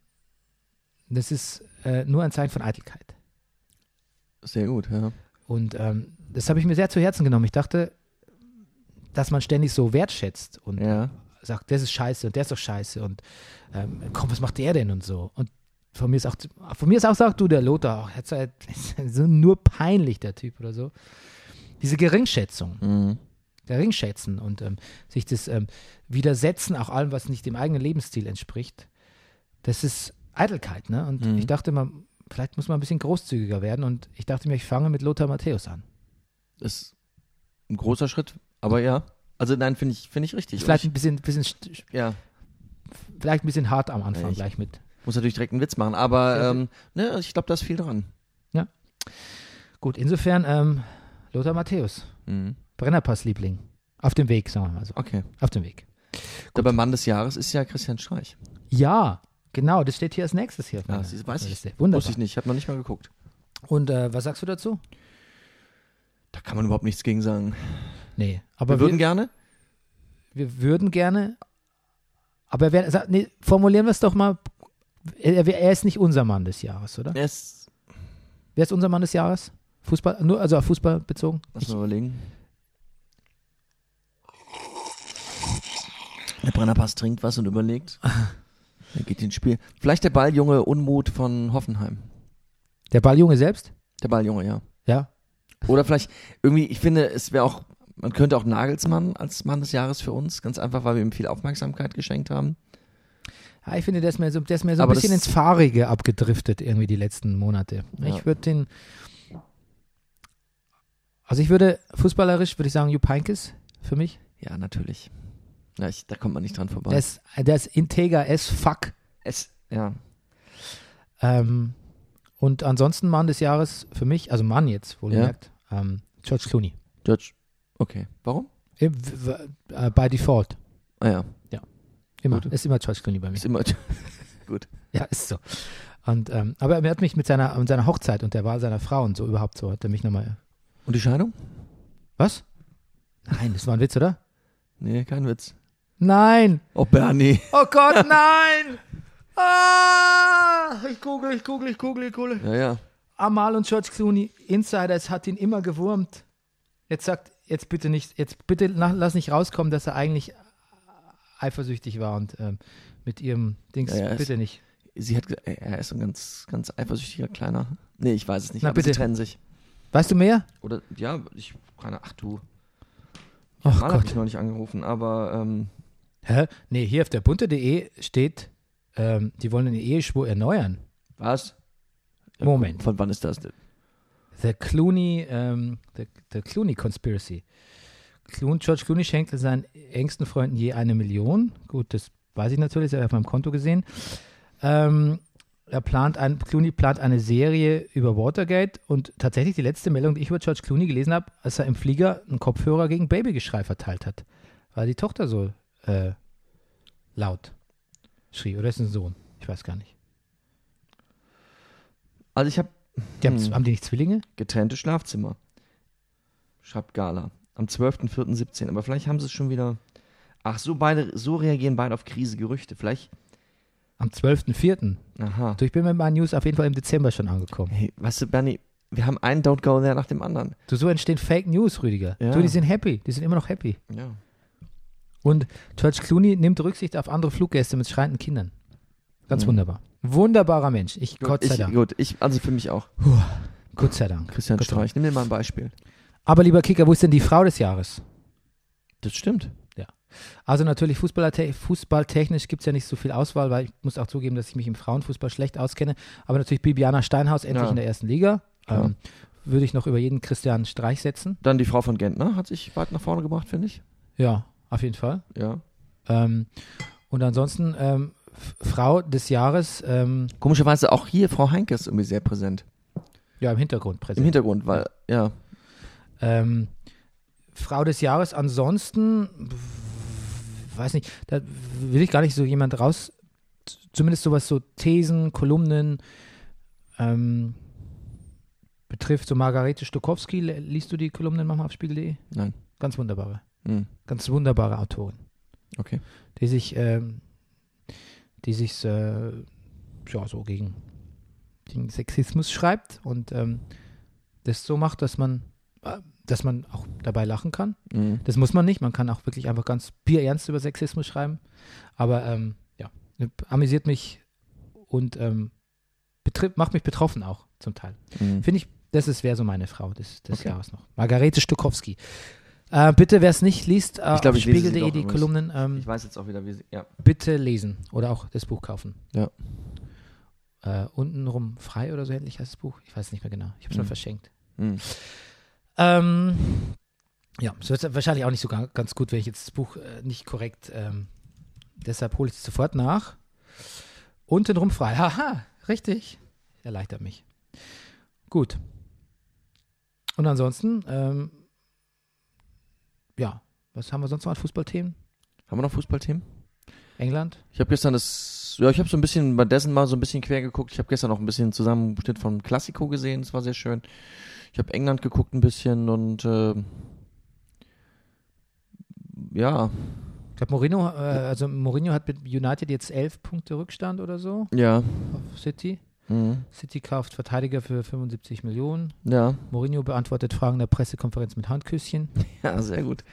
S1: das ist äh, nur ein Zeichen von Eitelkeit.
S2: Sehr gut, ja.
S1: Und ähm, das habe ich mir sehr zu Herzen genommen. Ich dachte, dass man ständig so wertschätzt und
S2: Ja.
S1: sagt, das ist scheiße und der ist doch scheiße und ähm, komm, was macht der denn und so. Und von mir ist auch, von mir ist auch sagt du, der Lothar, ach, jetzt halt, so nur peinlich, der Typ oder so. Diese Geringschätzung,
S2: Mhm.
S1: Geringschätzen und ähm, sich das ähm, Widersetzen auch allem, was nicht dem eigenen Lebensstil entspricht, das ist Eitelkeit, ne? Und
S2: Mhm.
S1: ich dachte mal, vielleicht muss man ein bisschen großzügiger werden und ich dachte mir, ich fange mit Lothar Matthäus an.
S2: Ist ein großer Schritt, aber ja. Also nein, finde ich, finde ich richtig. Und
S1: Vielleicht
S2: ich,
S1: ein bisschen, bisschen, st-
S2: ja.
S1: vielleicht ein bisschen hart am Anfang
S2: Ich-
S1: gleich mit
S2: Muss natürlich direkt einen Witz machen, aber
S1: Ja.
S2: ähm, ne, ich glaube, da ist viel dran.
S1: Gut, insofern, ähm, Lothar Matthäus,
S2: Mhm.
S1: Brennerpass-Liebling. Auf dem Weg, sagen wir mal so.
S2: Okay.
S1: Auf dem Weg.
S2: Aber Mann des Jahres ist ja Christian Streich.
S1: Ja, genau, das steht hier als nächstes hier. auf
S2: Ja,
S1: meiner-
S2: das Ah, weiß
S1: auf meiner
S2: ich.
S1: Liste.
S2: Wusste
S1: Wunderbar.
S2: ich nicht, ich habe noch nicht mal geguckt.
S1: Und äh, was sagst du dazu?
S2: Da kann man überhaupt nichts gegen sagen.
S1: Nee,
S2: Wir
S1: aber
S2: würden
S1: wir,
S2: gerne.
S1: wir würden gerne, aber wer, sag, nee, formulieren wir es doch mal, er, er ist nicht unser Mann des Jahres, oder?
S2: Erst,
S1: Wer ist unser Mann des Jahres? Fußball, nur, also auf Fußball bezogen?
S2: lass mal überlegen. Der Brennerpass trinkt was und überlegt. Dann geht ins Spiel. Vielleicht der Balljunge Unmut von Hoffenheim.
S1: Der Balljunge selbst?
S2: Der Balljunge, ja.
S1: Ja.
S2: Oder vielleicht irgendwie, ich finde, es wäre auch, man könnte auch Nagelsmann als Mann des Jahres für uns, ganz einfach, weil wir ihm viel Aufmerksamkeit geschenkt haben.
S1: Ja, ich finde, der ist mir so, der ist mir so ein
S2: Aber
S1: bisschen
S2: das-
S1: ins Fahrige abgedriftet, irgendwie die letzten Monate.
S2: Ja.
S1: Ich würde den. Also ich würde, fußballerisch würde ich sagen, Jupp Heynckes für mich.
S2: Ja, natürlich. Ja, ich, da kommt man nicht dran vorbei.
S1: Der ist, der ist integer as fuck.
S2: es, ja.
S1: Ähm, und ansonsten Mann des Jahres für mich, also Mann jetzt, wohlgemerkt, ähm, George Clooney.
S2: George. Okay. Warum?
S1: Äh, w- w- äh, By default.
S2: Ah ja.
S1: Immer.
S2: Gut.
S1: Ist immer George Clooney bei mir.
S2: Ist immer.
S1: Ja, ist so. Und, ähm, aber er hat mich mit seiner, mit seiner Hochzeit und der Wahl seiner Frau und so überhaupt so, hat er mich nochmal.
S2: Und die Scheidung?
S1: Was? Nein, das war ein Witz, oder?
S2: Nee, kein Witz.
S1: Nein!
S2: Oh, Bernie.
S1: Oh Gott, nein! Ah, ich google, ich google, ich google, ich google.
S2: Ja, ja.
S1: Amal und George Clooney, Insiders hat ihn immer gewurmt. Jetzt sagt, jetzt bitte nicht, jetzt bitte na- lass nicht rauskommen, dass er eigentlich eifersüchtig war und ähm, mit ihrem Dings,
S2: Ja, ja,
S1: bitte nicht.
S2: Sie hat, ge- er ist ein ganz, ganz eifersüchtiger kleiner. Nee, ich weiß es nicht.
S1: Na,
S2: aber
S1: bitte.
S2: sie trennen sich.
S1: Weißt du mehr?
S2: Oder ja, ich keine. Ach du.
S1: Ach
S2: Mal habe ich noch nicht angerufen, aber ähm,
S1: Hä? Nee, hier auf der bunte.de steht, ähm, die wollen den Eheschwur erneuern.
S2: was?
S1: Moment.
S2: Von wann ist das denn?
S1: The Clooney, ähm, the, the Clooney Conspiracy. Cloon, George Clooney schenkte seinen engsten Freunden je eine Million. Gut, das weiß ich natürlich, das habe ich auf meinem Konto gesehen. Ähm, er plant ein, Clooney plant eine Serie über Watergate und tatsächlich die letzte Meldung, die ich über George Clooney gelesen habe, als er im Flieger einen Kopfhörer gegen Babygeschrei verteilt hat, weil die Tochter so äh, laut schrie. Oder ist es ein Sohn? Ich weiß gar nicht.
S2: Also ich habe
S1: Die haben,
S2: Hm.
S1: haben die nicht Zwillinge?
S2: Getrennte Schlafzimmer. Schreibt Gala. Am 12.04.17. Aber vielleicht haben sie es schon wieder. Ach, so beide, so reagieren beide auf Krise, Gerüchte. Vielleicht.
S1: Am 12.04.
S2: Aha.
S1: Du, ich bin mit meinen News auf jeden Fall im Dezember schon angekommen.
S2: Hey, weißt du, Bernie, wir haben einen Don't Go There nach dem anderen.
S1: Du, so entstehen Fake News, Rüdiger.
S2: Ja.
S1: Du, die sind happy. Die sind immer noch happy.
S2: Ja.
S1: Und George Clooney nimmt Rücksicht auf andere Fluggäste mit schreienden Kindern. Ganz wunderbar. Wunderbarer Mensch. Ich, Gott sei
S2: ich,
S1: Dank.
S2: Gut, ich, also für mich auch.
S1: Gott sei Dank.
S2: Christian
S1: Gott sei Dank.
S2: Streich, nimm mir mal ein Beispiel.
S1: Aber lieber Kicker, wo ist denn die Frau des Jahres?
S2: Das stimmt.
S1: Also natürlich Fußballer, fußballtechnisch gibt es ja nicht so viel Auswahl, weil ich muss auch zugeben, dass ich mich im Frauenfußball schlecht auskenne. Aber natürlich Bibiana Steinhaus endlich
S2: Ja.
S1: in der ersten Liga.
S2: Ja.
S1: Ähm, würde ich noch über jeden Christian Streich setzen.
S2: Dann die Frau von Gentner hat sich weit nach vorne gebracht, finde ich.
S1: Ja, auf jeden Fall.
S2: Ja.
S1: Ähm, und ansonsten ähm, F- Frau des Jahres, ähm,
S2: Komischerweise auch hier Frau Heinke ist irgendwie sehr präsent.
S1: ja im Hintergrund
S2: Im
S1: präsent.
S2: Hintergrund, weil, ja.
S1: ähm, Frau des Jahres, ansonsten, weiß nicht, da will ich gar nicht so jemand raus, z- zumindest sowas so Thesen, Kolumnen, ähm, betrifft so Margarete Stokowski, Le- liest du die Kolumnen manchmal auf spiegel.de?
S2: Nein.
S1: Ganz wunderbare,
S2: Hm.
S1: ganz wunderbare Autorin,
S2: Okay.
S1: die sich, ähm, die sich äh, ja, so gegen, gegen Sexismus schreibt und ähm, das so macht, dass man, äh, dass man auch dabei lachen kann.
S2: Hm.
S1: Das muss man nicht. Man kann auch wirklich einfach ganz bierernst über Sexismus schreiben. Aber ähm, ja, amüsiert mich und ähm, betrifft, macht mich betroffen auch zum Teil.
S2: Hm.
S1: Finde ich, das ist wäre so meine Frau des, des
S2: Okay.
S1: Jahres noch. Margarete Stukowski. Äh, bitte, wer es nicht liest, äh,
S2: Ich glaub,
S1: auf
S2: ich lese sie
S1: spiegel.de
S2: doch
S1: die
S2: übrigens.
S1: Kolumnen ähm,
S2: Ich weiß jetzt auch wieder, wie sie. Ja.
S1: bitte lesen oder auch das Buch kaufen.
S2: Ja.
S1: Äh, untenrum frei oder so ähnlich heißt das Buch. Ich weiß nicht mehr genau. Ich habe es
S2: Mhm.
S1: mir verschenkt.
S2: Hm.
S1: Ähm, ja, es wird wahrscheinlich auch nicht so ga- ganz gut, wenn ich jetzt das Buch äh, nicht korrekt. Ähm, deshalb hole ich es sofort nach. Untenrum frei. Haha, richtig. Erleichtert mich. Gut. Und ansonsten, ähm, ja, was haben wir sonst noch an Fußballthemen?
S2: Haben wir noch Fußballthemen?
S1: England?
S2: Ich habe gestern das, ja, ich habe so ein bisschen bei dessen mal so ein bisschen quer geguckt. Ich habe gestern noch ein bisschen einen Zusammenschnitt von Klassiko gesehen. Das war sehr schön. Ich habe England geguckt ein bisschen und äh, ja,
S1: Ich glaube, Mourinho, äh, also Mourinho hat mit United jetzt elf Punkte Rückstand oder so
S2: ja,
S1: auf City.
S2: mhm.
S1: City kauft Verteidiger für 75 Millionen.
S2: ja,
S1: Mourinho beantwortet Fragen der Pressekonferenz mit Handküsschen.
S2: ja, sehr gut.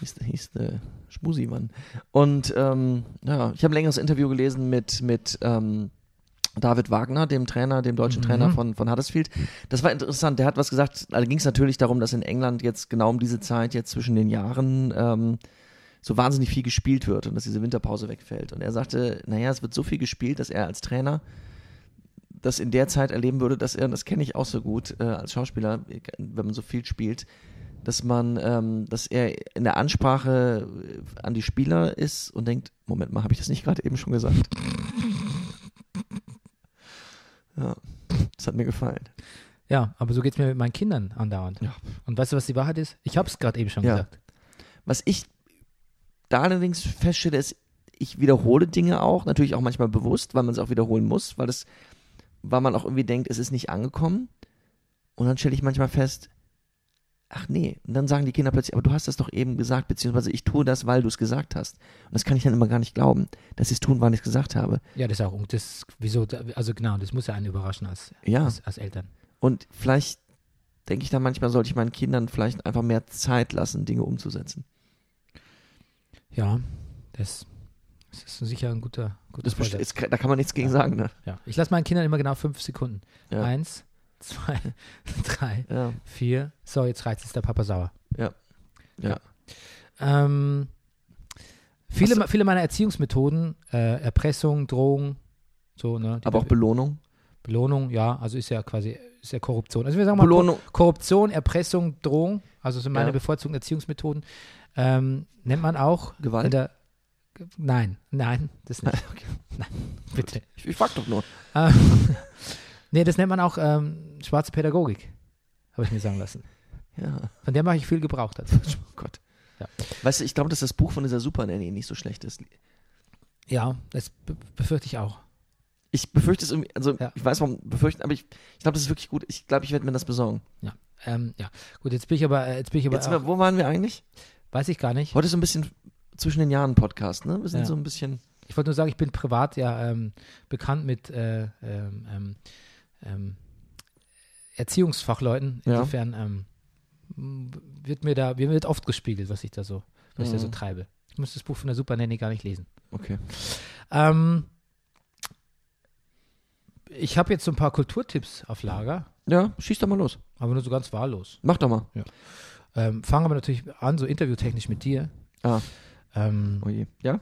S2: Hieß, hieß äh, Schmusimann. Und ähm, ja, ich habe ein längeres Interview gelesen mit mit ähm, David Wagner, dem Trainer, dem deutschen Trainer von, von Huddersfield. Das war interessant. Der hat was gesagt. Da ging es natürlich darum, dass in England jetzt genau um diese Zeit, jetzt zwischen den Jahren, ähm, so wahnsinnig viel gespielt wird und dass diese Winterpause wegfällt. Und er sagte, naja, es wird so viel gespielt, dass er als Trainer das in der Zeit erleben würde, dass er, und das kenne ich auch so gut äh, als Schauspieler, wenn man so viel spielt, dass man, ähm, dass er in der Ansprache äh, an die Spieler ist und denkt, Moment mal, habe ich das nicht gerade eben schon gesagt? Ja, das hat mir gefallen.
S1: Ja, aber so geht es mir mit meinen Kindern andauernd. Und weißt du, was die Wahrheit ist? Ich habe es gerade eben schon
S2: Ja.
S1: gesagt.
S2: Was ich da allerdings feststelle, ist, ich wiederhole Dinge auch, natürlich auch manchmal bewusst, weil man es auch wiederholen muss, weil das, weil man auch irgendwie denkt, es ist nicht angekommen. Und dann stelle ich manchmal fest, ach nee, und dann sagen die Kinder plötzlich, aber du hast das doch eben gesagt, beziehungsweise ich tue das, weil du es gesagt hast. Und das kann ich dann immer gar nicht glauben, dass sie es tun, weil ich es gesagt habe.
S1: Ja, das ist auch, das, wieso, also genau, das muss ja einen überraschen als,
S2: Ja.
S1: als, als Eltern.
S2: Und vielleicht denke ich dann manchmal, sollte ich meinen Kindern vielleicht einfach mehr Zeit lassen, Dinge umzusetzen.
S1: Ja, das, das ist sicher ein guter, guter
S2: Das
S1: Vorsatz.
S2: ist, da kann man nichts gegen sagen, ne?
S1: ja. Ich lasse meinen Kindern immer genau fünf Sekunden.
S2: Ja.
S1: Eins, zwei, drei,
S2: Ja.
S1: vier. So, jetzt reizt es der Papa sauer.
S2: Ja. Ja.
S1: Ähm, viele, viele meiner Erziehungsmethoden, äh, Erpressung, Drohung, so, ne? die
S2: Aber auch
S1: Be-
S2: Belohnung.
S1: Belohnung, ja, also ist ja quasi ist ja Korruption. Also wir sagen mal
S2: Belohnung,
S1: Kor- Korruption, Erpressung, Drohung, also sind meine
S2: Ja.
S1: bevorzugten Erziehungsmethoden. Ähm, nennt man auch
S2: Gewalt?
S1: in Der, nein, nein, das nicht. Nein, bitte.
S2: Ich, ich frag doch nur.
S1: Ähm, nee, das nennt man auch ähm, schwarze Pädagogik, habe ich mir sagen lassen.
S2: Ja.
S1: Von der mache ich viel Gebrauch dazu.
S2: Oh Gott.
S1: Ja.
S2: Weißt du, ich glaube, dass das Buch von dieser Super Nanny nicht so schlecht ist.
S1: Ja, das be befürchte ich auch.
S2: Ich befürchte es irgendwie, also
S1: Ja.
S2: ich weiß warum befürchten, aber ich, ich glaube, das ist wirklich gut. Ich glaube, ich werde mir das besorgen.
S1: Ja, ähm, ja. gut, jetzt bin ich aber, äh, jetzt bin ich aber,
S2: Jetzt,
S1: auch-
S2: mal, wo waren wir eigentlich?
S1: weiß ich gar nicht.
S2: Heute ist so ein bisschen zwischen den Jahren Podcast, ne? Wir sind
S1: Ja.
S2: so ein bisschen.
S1: Ich wollte nur sagen, ich bin privat ja ähm, bekannt mit äh, ähm, ähm, ähm, Erziehungsfachleuten.
S2: Ja.
S1: Insofern ähm, m- wird mir da, mir wird oft gespiegelt, was ich da so, was ich da so
S2: Mhm.
S1: treibe. Ich muss das Buch von der Super Nanny gar nicht lesen.
S2: Okay.
S1: Ähm, ich habe jetzt so ein paar Kulturtipps auf Lager,
S2: Ja, schieß doch mal los.
S1: aber nur so ganz wahllos.
S2: Mach doch mal.
S1: Ähm, fangen wir natürlich an, so interviewtechnisch mit dir.
S2: Ah,
S1: Ähm,
S2: oh je. Ja?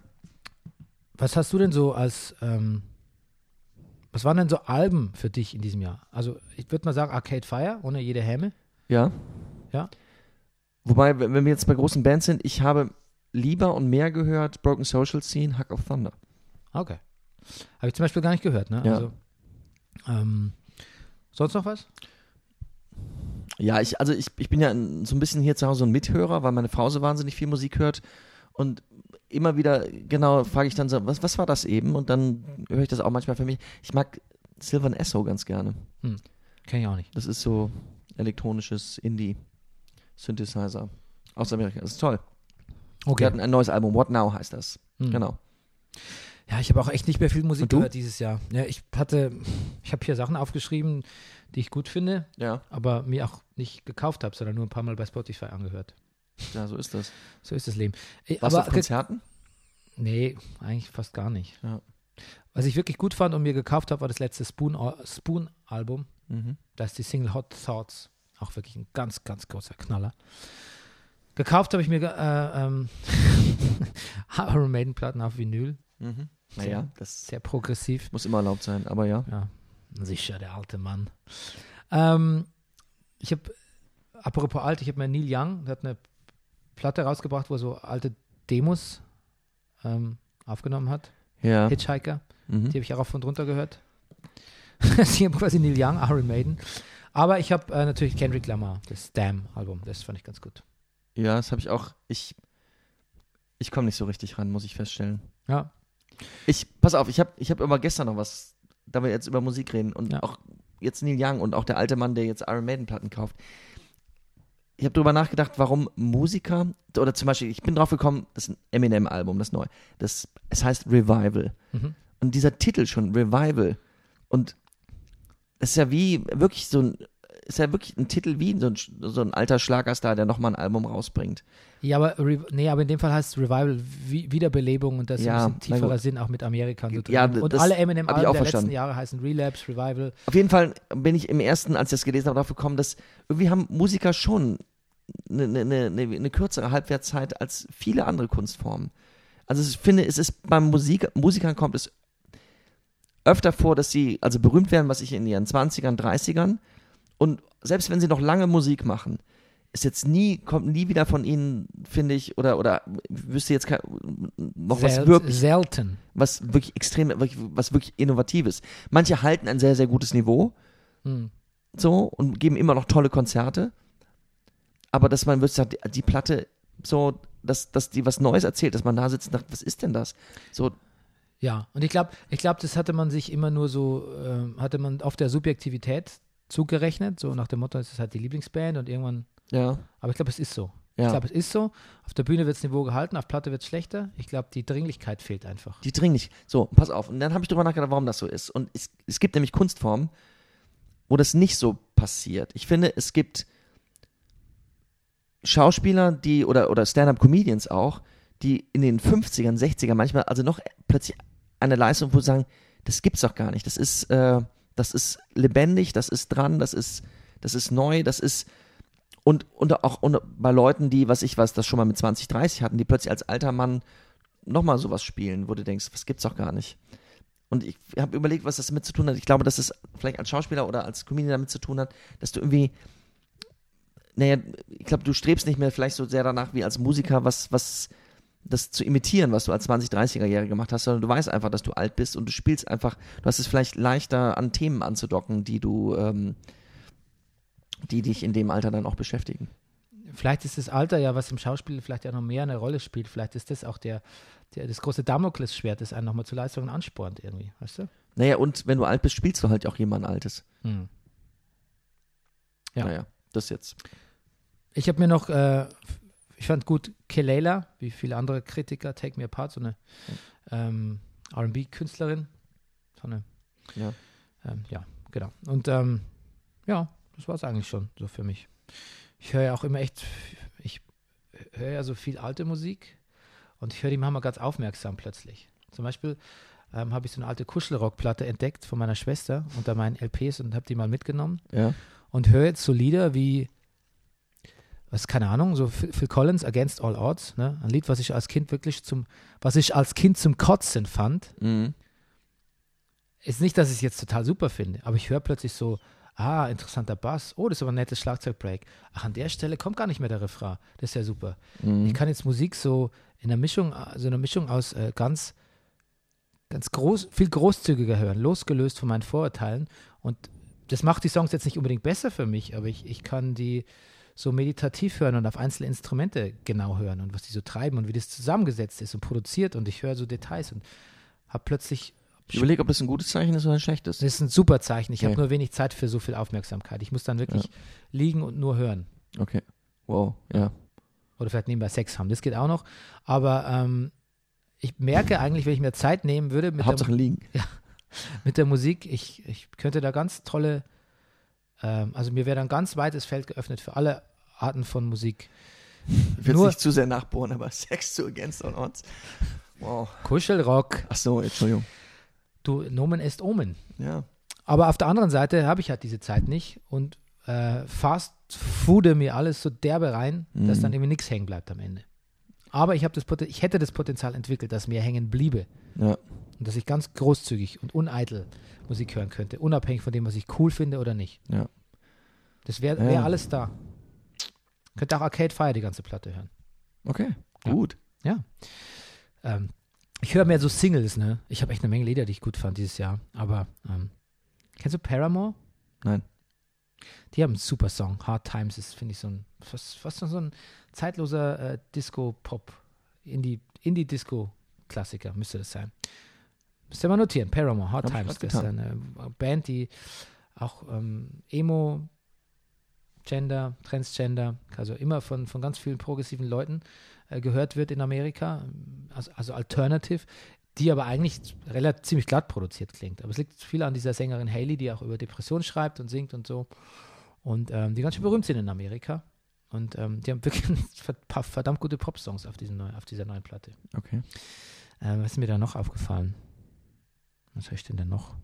S1: was hast du denn so als, ähm, was waren denn so Alben für dich in diesem Jahr? Also ich würde mal sagen Arcade Fire, ohne jede Häme.
S2: Ja.
S1: Ja.
S2: Wobei, wenn wenn wir jetzt bei großen Bands sind, ich habe lieber und mehr gehört Broken Social Scene, Hack of Thunder.
S1: Ah, Okay. Habe ich zum Beispiel gar nicht gehört, ne?
S2: Ja.
S1: Also, ähm, sonst noch was?
S2: Ja, ich, also ich, ich bin ja ein, so ein bisschen hier zu Hause ein Mithörer, weil meine Frau so wahnsinnig viel Musik hört. Und immer wieder, genau, frage ich dann so, was, was war das eben? Und dann höre ich das auch manchmal für mich. Ich mag Silvan Esso ganz gerne.
S1: Kenne ich auch nicht.
S2: Das ist so elektronisches Indie-Synthesizer aus Amerika. Das ist toll. Die hatten ein neues Album, What Now heißt das.
S1: Hm.
S2: Genau.
S1: Ja, ich habe auch echt nicht mehr viel Musik
S2: Und du?
S1: gehört dieses Jahr. Ja, ich hatte, ich habe hier Sachen aufgeschrieben, die ich gut finde,
S2: Ja,
S1: aber mir auch nicht gekauft habe, sondern nur ein paar Mal bei Spotify angehört.
S2: ja, so ist das.
S1: So ist das Leben. Äh,
S2: Warst du
S1: aber
S2: auf
S1: ge-
S2: Konzerten?
S1: nee, eigentlich fast gar nicht.
S2: Ja.
S1: Was ich wirklich gut fand und mir gekauft habe, war das letzte Spoon-Album. Spoon Spoon-Album.
S2: Mhm.
S1: da ist die Single Hot Thoughts. Auch wirklich ein ganz, ganz großer Knaller. Gekauft habe ich mir ge- äh, ähm, Iron Maiden Platten auf Vinyl.
S2: Mhm. Naja, das
S1: Sehr progressiv.
S2: muss immer erlaubt sein, aber ja.
S1: Ja, sicher, der alte Mann. Ähm, ich habe, apropos alt, ich habe mir Neil Young, der hat eine Platte rausgebracht, wo er so alte Demos ähm, aufgenommen hat.
S2: Ja.
S1: Hitchhiker,
S2: Mhm.
S1: die habe ich auch rauf und runter gehört. ich habe quasi Neil Young, Iron Maiden. Aber ich habe äh, natürlich Kendrick Lamar, das Damn-Album, das fand ich ganz gut.
S2: Ja, das habe ich auch. Ich, ich komme nicht so richtig ran, muss ich feststellen.
S1: Ja,
S2: Ich, pass auf, ich habe ich hab über gestern noch was, da wir jetzt über Musik reden und
S1: Ja.
S2: auch jetzt Neil Young und auch der alte Mann, der jetzt Iron Maiden Platten kauft. Ich habe darüber nachgedacht, warum Musiker, oder zum Beispiel, ich bin drauf gekommen, das ist ein Eminem-Album, das neue. Das, es heißt Revival.
S1: Mhm.
S2: Und dieser Titel schon, Revival. Und es ist ja wie, wirklich so ein, ist ja wirklich ein Titel wie so ein, so ein alter Schlagerstar, der nochmal ein Album rausbringt.
S1: ja aber, Re nee, aber in dem Fall heißt es Revival wie Wiederbelebung und das ist
S2: Ja,
S1: ein bisschen
S2: na
S1: tieferer
S2: gut.
S1: Sinn auch mit Amerika und so drin.
S2: Ja,
S1: Und
S2: das
S1: alle
S2: hab ich
S1: Eminem-Alben
S2: auch
S1: der letzten
S2: verstanden.
S1: Jahre heißen Relapse, Revival,
S2: Auf jeden Fall bin ich im ersten, als ich das gelesen habe, darauf gekommen, dass irgendwie haben Musiker schon eine, eine, eine, eine kürzere Halbwertszeit als viele andere Kunstformen. Also ich finde, es ist beim Musik, Musikern kommt es öfter vor, dass sie also berühmt werden, was ich in ihren 20ern, 30ern und selbst wenn sie noch lange Musik machen, ist jetzt nie, kommt nie wieder von ihnen, finde ich, oder, oder wüsste jetzt kein, noch was
S1: Sel-
S2: wirklich
S1: selten.
S2: was wirklich extrem, wirklich- was wirklich Innovatives. Manche halten ein sehr, sehr gutes Niveau
S1: Hm.
S2: so und geben immer noch tolle Konzerte. Aber dass man wird sagt, die Platte so, dass, dass die was Neues erzählt, dass man da sitzt und sagt, was ist denn das? So,
S1: Ja, und ich glaube, ich glaube, das hatte man sich immer nur so, ähm, hatte man auf der Subjektivität zugerechnet, so nach dem Motto, es ist halt die Lieblingsband und irgendwann,
S2: ja,
S1: aber ich glaube, es ist so. Ich
S2: ja.
S1: glaube, es ist so. Auf der Bühne wird das Niveau gehalten, auf Platte wird es schlechter. Ich glaube, die Dringlichkeit fehlt einfach.
S2: Die dringlich. So, pass auf. Und dann habe ich drüber nachgedacht, warum das so ist. Und es, es gibt nämlich Kunstformen, wo das nicht so passiert. Ich finde, es gibt Schauspieler, die oder, oder Stand-up-Comedians auch, die in den 50ern, 60ern manchmal, also noch plötzlich eine Leistung, wo sie sagen, das gibt's doch gar nicht. Das ist, äh, das ist lebendig, das ist dran, das ist, das ist neu, das ist und, und auch und bei Leuten, die, was ich was, das schon mal mit 20, 30 hatten, die plötzlich als alter Mann nochmal sowas spielen, wo du denkst, was gibt's doch gar nicht. Und ich habe überlegt, was das damit zu tun hat. Ich glaube, dass es vielleicht als Schauspieler oder als Comedian damit zu tun hat, dass du irgendwie, naja, ich glaube, du strebst nicht mehr vielleicht so sehr danach wie als Musiker, was, was das zu imitieren, was du als 20, 30er-Jährige gemacht hast, sondern du weißt einfach, dass du alt bist und du spielst einfach, du hast es vielleicht leichter an Themen anzudocken, die du, ähm, die dich in dem Alter dann auch beschäftigen.
S1: Vielleicht ist das Alter ja, was im Schauspiel vielleicht ja noch mehr eine Rolle spielt. Vielleicht ist das auch der, der das große Damoklesschwert, das einen nochmal zu Leistungen anspornt irgendwie, weißt du?
S2: Naja, und wenn du alt bist, spielst du halt auch jemand Altes.
S1: Hm. Ja.
S2: Naja, das jetzt.
S1: Ich habe mir noch, äh, ich fand gut Kelela, wie viele andere Kritiker, Take Me Apart, so eine ähm, RB-Künstlerin. So eine,
S2: Ja.
S1: ähm, ja, genau. Und ähm, ja, das war es eigentlich schon so für mich. Ich höre ja auch immer echt, ich höre ja so viel alte Musik und ich höre die manchmal ganz aufmerksam plötzlich. Zum Beispiel ähm, habe ich so eine alte Kuschelrockplatte entdeckt von meiner Schwester unter meinen LPs und habe die mal mitgenommen
S2: Ja.
S1: und höre jetzt so Lieder wie, was keine Ahnung, so Phil Phil Collins Against All Odds, ne? ein Lied, was ich als Kind wirklich zum, was ich als Kind zum Kotzen fand.
S2: Mhm.
S1: Ist nicht, dass ich es jetzt total super finde, aber ich höre plötzlich so, ah, interessanter Bass, oh, das ist aber ein nettes Schlagzeugbreak. Ach, an der Stelle kommt gar nicht mehr der Refrain. Das ist ja super. Ich kann jetzt Musik so in einer Mischung, so einer Mischung aus äh, ganz, ganz groß, viel großzügiger hören, losgelöst von meinen Vorurteilen. Und das macht die Songs jetzt nicht unbedingt besser für mich, aber ich, ich kann die so meditativ hören und auf einzelne Instrumente genau hören und was die so treiben und wie das zusammengesetzt ist und produziert und ich höre so Details und habe plötzlich
S2: Ich überlege, ob das ein gutes Zeichen ist oder ein schlechtes.
S1: das ist ein super Zeichen. Ich
S2: Ja.
S1: habe nur wenig Zeit für so viel Aufmerksamkeit. Ich muss dann wirklich liegen und nur hören.
S2: Okay. Wow, ja.
S1: Oder vielleicht nebenbei Sex haben. Das geht auch noch. Aber ähm, ich merke eigentlich, wenn ich mir Zeit nehmen würde mit,
S2: Hauptsache
S1: der,
S2: liegen.
S1: mit der Musik, ich, ich könnte da ganz tolle, ähm, also mir wäre dann ganz weites Feld geöffnet für alle Arten von Musik.
S2: Ich will
S1: nur-
S2: nicht zu sehr nachbohren, aber Sex zu Against All Odds. Wow.
S1: Kuschelrock,
S2: Ach so, Entschuldigung.
S1: du Nomen est Omen.
S2: Ja.
S1: Aber auf der anderen Seite habe ich halt diese Zeit nicht und äh, fast foode mir alles so derbe rein, dass
S2: Mhm.
S1: dann irgendwie nichts hängen bleibt am Ende. Aber ich, habe das Poten- ich hätte das Potenzial entwickelt, dass mir hängen bliebe
S2: Ja.
S1: und dass ich ganz großzügig und uneitel Musik hören könnte, unabhängig von dem, was ich cool finde oder nicht.
S2: Ja.
S1: Das wäre
S2: Ja.
S1: wär alles da. Könnte auch Arcade Fire die ganze Platte hören.
S2: Okay.
S1: Ja.
S2: Gut.
S1: Ja. Ähm, ich höre mehr so Singles, ne? Ich habe echt eine Menge Lieder, die ich gut fand dieses Jahr. Aber ähm, kennst du Paramore?
S2: Nein.
S1: Die haben einen super Song. Hard Times ist, finde ich, so ein fast, fast so ein zeitloser äh, Disco-Pop. Indie- Indie-Disco-Klassiker müsste das sein. Müsst ihr mal notieren. Paramore, Hard
S2: Hab ich
S1: Times.
S2: grad
S1: Das ist eine Band, die auch ähm, Emo, Gender, Transgender, also immer von, von ganz vielen progressiven Leuten äh, gehört wird in Amerika, also, also Alternative, die aber eigentlich relativ ziemlich glatt produziert klingt. Aber es liegt viel an dieser Sängerin Haley, die auch über Depressionen schreibt und singt und so. Und ähm, die ganz schön berühmt sind in Amerika. Und ähm, die haben wirklich ein paar verdammt gute Pop-Songs auf, diesen neu- auf dieser neuen Platte.
S2: Okay.
S1: Äh, was ist mir da noch aufgefallen? Was höre ich denn da noch?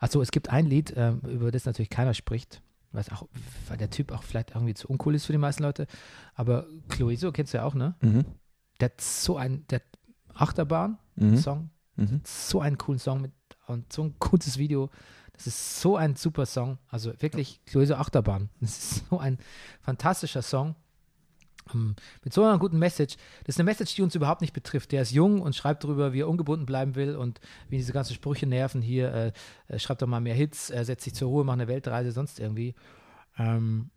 S1: Achso, es gibt ein Lied, ähm, über das natürlich keiner spricht, was auch, weil der Typ auch vielleicht irgendwie zu uncool ist für die meisten Leute. Aber Clueso kennst du ja auch, ne?
S2: Mhm.
S1: Der hat so ein, der Achterbahn-Song,
S2: Mhm. Mhm.
S1: so einen coolen Song mit und so ein cooles Video. Das ist so ein super Song. Also wirklich Clueso Achterbahn. Das ist so ein fantastischer Song. Ähm, Mit so einer guten Message. Das ist eine Message, die uns überhaupt nicht betrifft. Der ist jung und schreibt darüber, wie er ungebunden bleiben will und wie diese ganzen Sprüche nerven hier. Äh, äh, schreibt doch mal mehr Hits, äh, setzt sich zur Ruhe, macht eine Weltreise, sonst irgendwie. Ähm,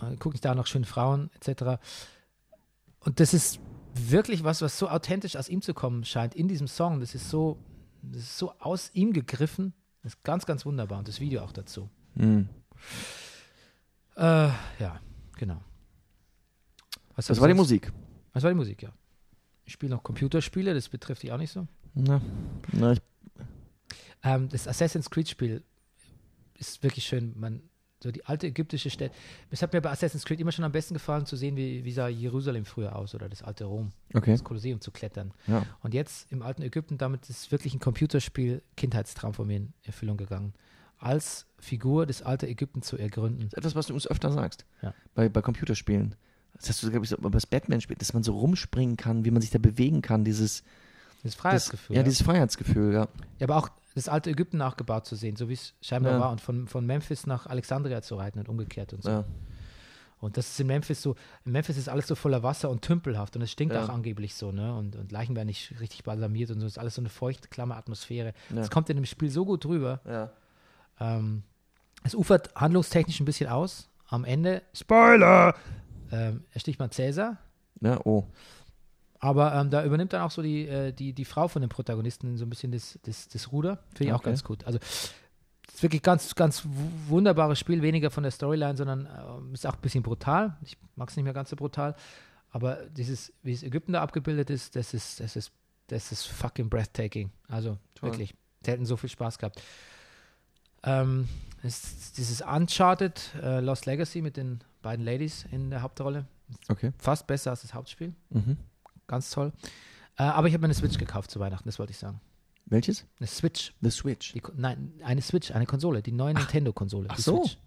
S1: äh, guckt sich da noch schöne Frauen etc. Und das ist wirklich was, was so authentisch aus ihm zu kommen scheint in diesem Song. Das ist so, das ist so aus ihm gegriffen. Das ist ganz, ganz wunderbar. Und das Video auch dazu.
S2: Mhm.
S1: Äh, ja, genau. Was
S2: Das
S1: hab
S2: war
S1: ich sonst-
S2: die Musik.
S1: Das war die Musik, ja. Ich spiele noch Computerspiele, das betrifft dich auch nicht so.
S2: Na, na ich,
S1: Ähm, das Assassin's Creed-Spiel ist wirklich schön. Man, so die alte ägyptische Stadt. Es hat mir bei Assassin's Creed immer schon am besten gefallen, zu sehen, wie, wie sah Jerusalem früher aus oder das alte Rom,
S2: okay.
S1: das Kolosseum zu klettern.
S2: Ja.
S1: Und jetzt im alten Ägypten, damit ist wirklich ein Computerspiel Kindheitstraum von mir in Erfüllung gegangen. Als Figur des alten Ägypten zu ergründen.
S2: Das ist etwas, was du uns öfter sagst.
S1: Ja.
S2: Bei, bei Computerspielen. Das hast du, glaube ich, so, bei das Batman-Spiel, dass man so rumspringen kann, wie man sich da bewegen kann, dieses
S1: Das
S2: das,
S1: Freiheitsgefühl.
S2: ja, dieses Freiheitsgefühl, ja.
S1: Ja, aber auch das alte Ägypten nachgebaut zu sehen, so wie es scheinbar
S2: Ja.
S1: war, und von, von Memphis nach Alexandria zu reiten und umgekehrt und so.
S2: ja.
S1: Und das ist in Memphis so, in Memphis ist alles so voller Wasser und tümpelhaft und es stinkt
S2: Ja.
S1: auch angeblich so, ne? Und, und Leichen werden nicht richtig balsamiert und so, ist alles so eine feuchte, klamme Atmosphäre.
S2: Ja.
S1: Das kommt in dem Spiel so gut drüber.
S2: ja.
S1: Ähm, es ufert handlungstechnisch ein bisschen aus. Am Ende, Spoiler, ähm, ersticht man Cäsar,
S2: Ja, oh.
S1: aber ähm, da übernimmt dann auch so die, äh, die, die Frau von dem Protagonisten so ein bisschen das, das, das Ruder. Finde ich auch
S2: Okay.
S1: ganz gut. Also es ist wirklich ganz, ganz wu- wunderbares Spiel, weniger von der Storyline, sondern ähm, ist auch ein bisschen brutal. Ich mag es nicht mehr ganz so brutal. Aber dieses, wie es Ägypten da abgebildet ist, das ist, das ist, das ist fucking breathtaking. Also
S2: Toll.
S1: wirklich, selten so viel Spaß gehabt. Ähm, es ist dieses Uncharted äh, Lost Legacy mit den beiden Ladies in der Hauptrolle.
S2: Okay.
S1: Fast besser als das Hauptspiel
S2: Mhm.
S1: ganz toll. Äh, aber ich habe mir eine Switch gekauft zu Weihnachten, das wollte ich sagen.
S2: Welches?
S1: Eine Switch.
S2: The Switch.
S1: Die, Ko- nein, eine Switch, eine Konsole, die neue Nintendo-Konsole.
S2: ach
S1: die
S2: so.
S1: Switch.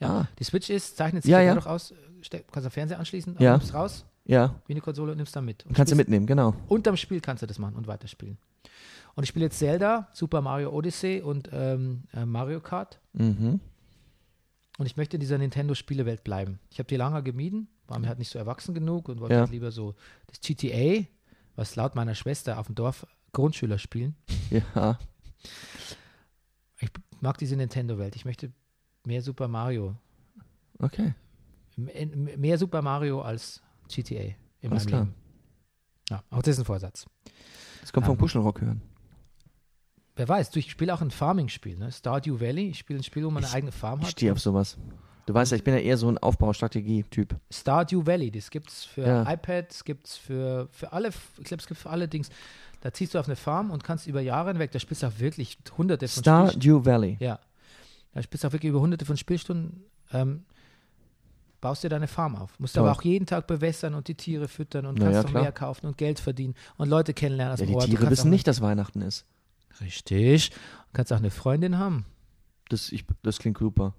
S1: Ja,
S2: Ah.
S1: die Switch ist, zeichnet sich
S2: Ja,
S1: ja,
S2: ja.
S1: doch aus, steck, kannst am Fernseher anschließen,
S2: Ja.
S1: nimmst raus,
S2: Ja,
S1: wie eine Konsole, nimmst dann mit. Und
S2: kannst du
S1: spielst-
S2: mitnehmen, genau.
S1: Unterm Spiel kannst du das machen und weiterspielen. Und ich spiele jetzt Zelda, Super Mario Odyssey und ähm, äh, Mario Kart.
S2: Mhm.
S1: Und ich möchte in dieser Nintendo-Spielewelt bleiben. Ich habe die lange gemieden, war mir halt nicht so erwachsen genug und wollte
S2: Ja.
S1: halt lieber so das GTA, was laut meiner Schwester auf dem Dorf Grundschüler spielen.
S2: Ja.
S1: Ich mag diese Nintendo-Welt. Ich möchte mehr Super Mario.
S2: Okay.
S1: M- m- Mehr Super Mario als GTA in
S2: Alles
S1: meinem
S2: klar.
S1: Leben. Ja, auch das ist ein Vorsatz.
S2: Das kommt vom
S1: Ähm.
S2: Kuschelrock hören.
S1: Wer weiß, du, ich spiele auch ein Farming-Spiel, ne? Stardew Valley. Ich spiele ein Spiel, wo man eine
S2: Ich
S1: eigene Farm
S2: Ich
S1: hat.
S2: stehe auf sowas. Du weißt ja, ich bin ja eher so ein Aufbaustrategie-Typ.
S1: Stardew Valley, das gibt's für
S2: Ja.
S1: iPads, gibt's für, für alle, ich glaube, es gibt für alle Dings. Da ziehst du auf eine Farm und kannst über Jahre hinweg, da spielst du auch wirklich hunderte von Spielstunden.
S2: Stardew Valley.
S1: Ja. Da spielst du auch wirklich über hunderte von Spielstunden, ähm, baust dir deine Farm auf. Musst
S2: Toll.
S1: aber auch jeden Tag bewässern und die Tiere füttern und
S2: Na ja,
S1: kannst noch
S2: klar.
S1: mehr kaufen und Geld verdienen und Leute kennenlernen aus
S2: Ja,
S1: dem
S2: die
S1: Ort. Du
S2: Tiere
S1: kannst
S2: wissen
S1: auch-
S2: nicht, dass Weihnachten ist.
S1: Richtig. Du kannst auch eine Freundin haben.
S2: Das, ich, das klingt super.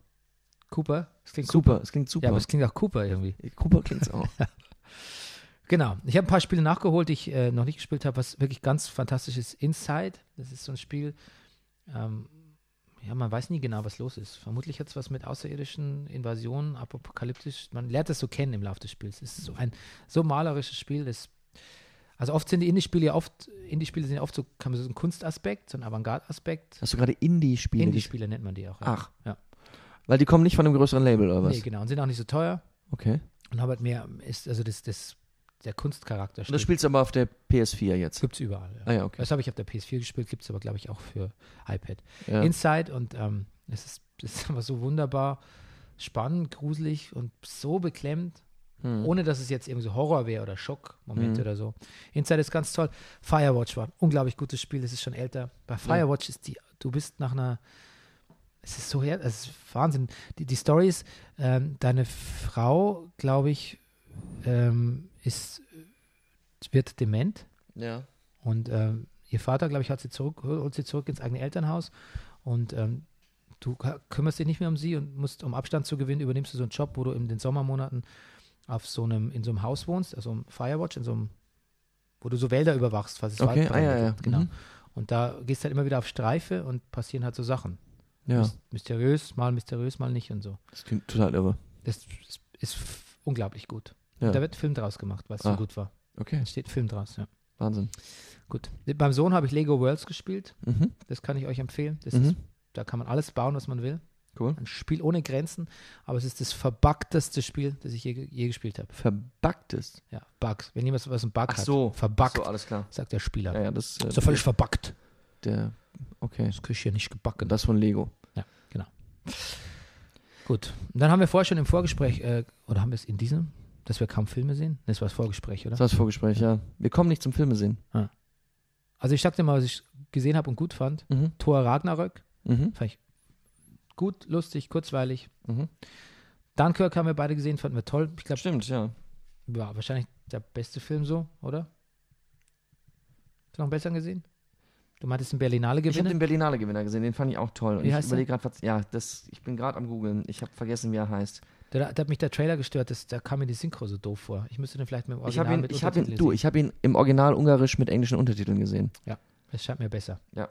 S1: Cooper. Das klingt
S2: Super, es klingt super.
S1: Ja, aber es klingt auch Cooper irgendwie.
S2: Cooper klingt's auch.
S1: Genau. Ich habe ein paar Spiele nachgeholt, die ich äh, noch nicht gespielt habe, was wirklich ganz fantastisch ist. Inside, das ist so ein Spiel, ähm, ja, man weiß nie genau, was los ist. Vermutlich hat es was mit außerirdischen Invasionen, apokalyptisch, man lernt das so kennen im Laufe des Spiels. Es ist so ein so malerisches Spiel, das also oft sind die Indie-Spiele ja oft, Indie-Spiele sind ja oft so, kann man so einen Kunstaspekt, so einen Avantgarde-Aspekt.
S2: Hast du gerade Indie-Spiele? gespielt?
S1: Indie-Spiele nennt man die auch. Ja.
S2: Ach. Weil die kommen nicht von einem größeren Label oder was?
S1: nee, genau. Und sind auch nicht so teuer.
S2: Okay.
S1: Und haben halt mehr, ist, also das, das, der Kunstcharakter
S2: Und das spielst du aber auf der PS4 jetzt.
S1: Gibt es überall. Ja.
S2: Ah ja, okay.
S1: Das habe ich auf der PS4 gespielt, gibt es aber, glaube ich, auch für iPad.
S2: Ja.
S1: Inside und ähm, es ist, es ist aber so wunderbar spannend, gruselig und so beklemmt,
S2: Hm.
S1: ohne dass es jetzt irgendwie so Horror wäre oder Schockmomente oder so. Inside ist ganz toll. Firewatch war ein unglaublich gutes Spiel, das ist schon älter. Bei
S2: Hm.
S1: Firewatch ist die, du bist nach einer, es ist so her, es ist Wahnsinn. Die, die Story ist, ähm, deine Frau, glaube ich, ähm, ist, wird dement.
S2: Ja.
S1: Und ähm, ihr Vater, glaube ich, hat sie zurück, holt sie zurück ins eigene Elternhaus. Und ähm, du k- kümmerst dich nicht mehr um sie und musst, um Abstand zu gewinnen, übernimmst du so einen Job, wo du in den Sommermonaten auf so einem, in so einem Haus wohnst, also im Firewatch, in so einem, wo du so Wälder überwachst, falls es
S2: Okay,
S1: Waldbrände
S2: ah, ja, ja.
S1: gibt. Genau.
S2: Mhm.
S1: Und da gehst halt immer wieder auf Streife und passieren halt so Sachen.
S2: Ja.
S1: Mys- Mysteriös, mal mysteriös, mal nicht und so.
S2: Das klingt total irre.
S1: Das ist- ist f- unglaublich gut.
S2: Ja.
S1: Da wird ein Film draus gemacht, weil es
S2: Ah.
S1: so gut war.
S2: Okay.
S1: Da steht ein Film draus, ja.
S2: Wahnsinn.
S1: Gut. Beim Sohn habe ich Lego Worlds gespielt.
S2: Mhm.
S1: Das kann ich euch empfehlen. Das
S2: Mhm.
S1: ist, da kann man alles bauen, was man will.
S2: Cool.
S1: Ein Spiel ohne Grenzen, aber es ist das verbackteste Spiel, das ich je, je gespielt habe.
S2: Verbacktes.
S1: Ja, Bugs. Wenn jemand was im Bug hat,
S2: Verbackt.
S1: verbuggt,
S2: So, alles klar.
S1: sagt der Spieler.
S2: Ja, ja, das äh,
S1: Ist doch völlig verbuggt.
S2: der okay.
S1: Das krieg ich hier nicht gebacken.
S2: Das von Lego.
S1: Gut. Und dann haben wir vorher schon im Vorgespräch, äh, oder haben wir es in diesem, dass wir kaum Filme sehen? Das war das Vorgespräch, oder?
S2: Das war das Vorgespräch, ja. Wir kommen nicht zum Filme sehen.
S1: Also ich sag dir mal, was ich gesehen habe und gut fand.
S2: Mhm.
S1: Thor Ragnarök.
S2: Mhm.
S1: Fand ich gut, lustig, kurzweilig.
S2: Mhm.
S1: Dunkirk haben wir beide gesehen, fanden wir toll. Ich glaube,
S2: Stimmt, ja.
S1: Ja, wahrscheinlich der beste Film so, oder? Hast du noch einen besseren gesehen? Du meintest einen Berlinale
S2: Ich habe den
S1: gewinnen?
S2: Berlinale Gewinner gesehen, den fand ich auch toll. Und
S1: Wie
S2: ich
S1: heißt
S2: überlege gerade, was- ja, das, ich bin gerade am googeln. Ich habe vergessen, wie er heißt.
S1: Da, da hat mich der Trailer gestört, das, da kam mir die Synchro so doof vor. Ich müsste den vielleicht mit dem
S2: Ich habe
S1: Original
S2: ihn,
S1: mit
S2: ich habe ihn,
S1: Untertiteln
S2: du,
S1: sehen.
S2: ich habe ihn im Original Ungarisch mit englischen Untertiteln gesehen.
S1: Das scheint mir besser.
S2: Ja.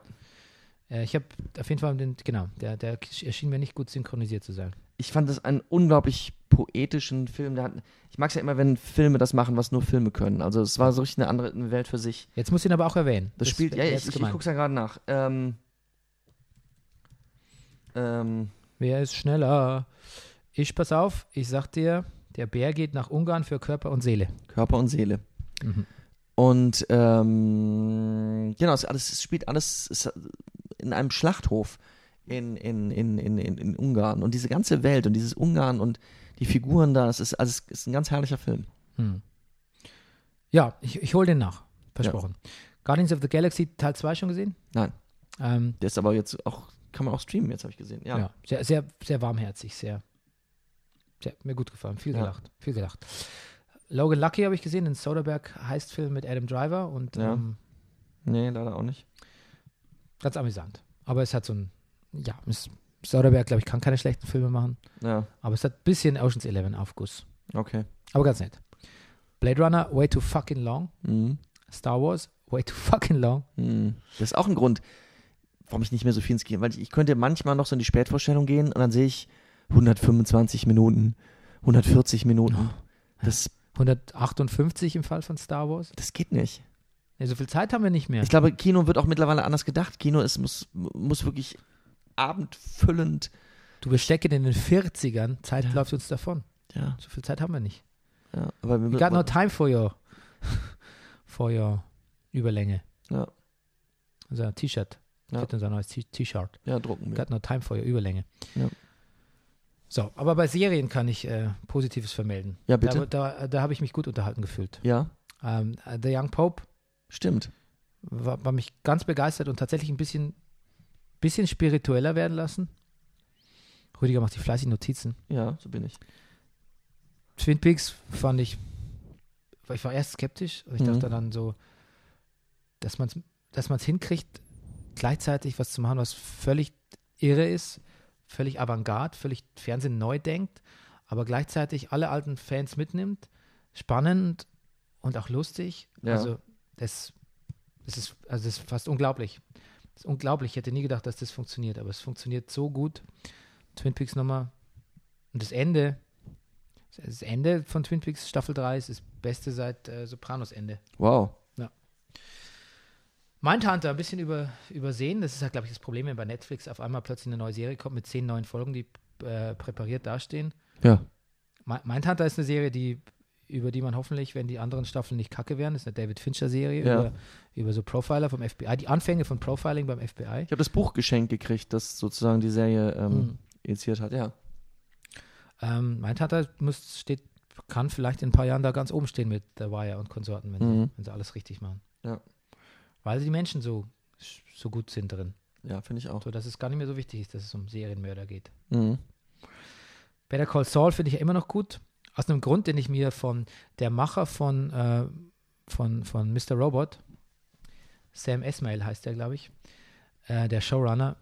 S1: Äh, ich habe auf jeden Fall den, genau, der, der erschien mir nicht gut synchronisiert zu sein.
S2: Ich fand das einen unglaublich poetischen Film. Der hat, ich mag es ja immer, wenn Filme das machen, was nur Filme können. Also es war so richtig eine andere eine Welt für sich.
S1: Jetzt muss ich ihn aber auch erwähnen.
S2: Das, spielt, ja,
S1: wär
S2: ich,
S1: jetzt
S2: ich, ich
S1: gemein.
S2: guck's ja gerade nach. Ähm, ähm,
S1: Wer ist schneller? Ich, pass auf, ich sag dir, der Bär geht nach Ungarn für Körper und Seele.
S2: Körper und Seele.
S1: Mhm.
S2: Und ähm, genau, es, alles, es spielt alles es, in einem Schlachthof in, in, in, in, in, in Ungarn. Und diese ganze Welt und dieses Ungarn und die Figuren da, es ist, also es ist ein ganz herrlicher Film.
S1: Hm. Ja, ich, ich hole den nach. Versprochen. Guardians of the Galaxy Teil 2 schon gesehen?
S2: Nein.
S1: Ähm,
S2: Der ist aber jetzt auch, kann man auch streamen, jetzt habe ich gesehen. Ja.
S1: ja. Sehr, sehr, sehr warmherzig, sehr, sehr. Mir gut gefallen. Viel
S2: Ja.
S1: gelacht. Viel gelacht. Logan Lucky habe ich gesehen, den Soderbergh Heistfilm mit Adam Driver und
S2: Ja.
S1: ähm,
S2: Nee, leider auch nicht.
S1: Ganz amüsant. Aber es hat so ein, ja, es- Soderbergh, glaube ich, kann keine schlechten Filme machen.
S2: Ja,
S1: Aber es hat ein bisschen Ocean's Eleven Aufguss.
S2: okay.
S1: Aber ganz nett. Blade Runner, way too fucking long.
S2: Mhm.
S1: Star Wars, way too fucking long.
S2: Mhm. Das ist auch ein Grund, warum ich nicht mehr so viel ins Kino, weil ich, ich könnte manchmal noch so in die Spätvorstellung gehen und dann sehe ich 125 Minuten, 140 Minuten.
S1: Oh.
S2: Das,
S1: 158 im Fall von Star Wars.
S2: das geht nicht.
S1: Ja, so viel Zeit haben wir nicht mehr.
S2: Ich glaube, Kino wird auch mittlerweile anders gedacht. Kino ist, muss, muss wirklich abendfüllend.
S1: Du bist stecken in den 40ern, Zeit läuft uns davon.
S2: Ja,
S1: So viel Zeit haben wir nicht.
S2: ja. Aber wir,
S1: We got no time for your, for your Überlänge.
S2: Ja.
S1: Unser T-Shirt.
S2: Ja.
S1: Ja. Unser neues T- T-Shirt.
S2: ja, drucken
S1: We
S2: wir.
S1: got no time for your Überlänge.
S2: Ja.
S1: So, aber bei Serien kann ich äh, Positives vermelden.
S2: Ja, bitte.
S1: Da, da, da habe ich mich gut unterhalten gefühlt.
S2: Ja,
S1: Ähm, The Young Pope
S2: stimmt.
S1: war, war mich ganz begeistert und tatsächlich ein bisschen, bisschen spiritueller werden lassen. Rüdiger macht sich fleißig Notizen.
S2: Ja, so bin ich.
S1: Twin Peaks fand ich, weil ich war erst skeptisch und ich
S2: Mhm.
S1: dachte dann so, dass man es dass man's hinkriegt, gleichzeitig was zu machen, was völlig irre ist, völlig avantgarde, völlig Fernsehen neu denkt, aber gleichzeitig alle alten Fans mitnimmt, spannend und auch lustig.
S2: Ja.
S1: Also das, das ist also das ist fast unglaublich. Das ist unglaublich. Ich hätte nie gedacht, dass das funktioniert, aber es funktioniert so gut. Twin Peaks Nummer und das Ende, das Ende von Twin Peaks Staffel 3 ist das Beste seit äh, Sopranos Ende.
S2: Wow.
S1: Mindhunter ein bisschen über, übersehen. Das ist halt, glaube ich, das Problem, wenn bei Netflix auf einmal plötzlich eine neue Serie kommt mit zehn neuen Folgen, die äh, präpariert dastehen.
S2: Ja.
S1: Mi- Mindhunter ist eine Serie, die über die man hoffentlich, wenn die anderen Staffeln nicht kacke wären, ist eine David Fincher-Serie
S2: Ja.
S1: über, über so Profiler vom FBI, die Anfänge von Profiling beim FBI.
S2: Ich habe das Buch geschenkt gekriegt, das sozusagen die Serie ähm,
S1: Mhm.
S2: initiiert hat. Ja.
S1: Ähm, Mindhunter muss, steht, kann vielleicht in ein paar Jahren da ganz oben stehen mit The Wire und Konsorten, wenn,
S2: Mhm.
S1: sie, wenn sie alles richtig machen.
S2: Ja.
S1: Weil die Menschen so, so gut sind drin.
S2: Ja, finde ich auch.
S1: So, dass es gar nicht mehr so wichtig ist, dass es um Serienmörder geht.
S2: Mhm.
S1: Better Call Saul finde ich ja immer noch gut. Aus einem Grund, den ich mir von der Macher von, äh, von, von Mr. Robot, Sam Esmail heißt der, glaube ich, äh, der Showrunner,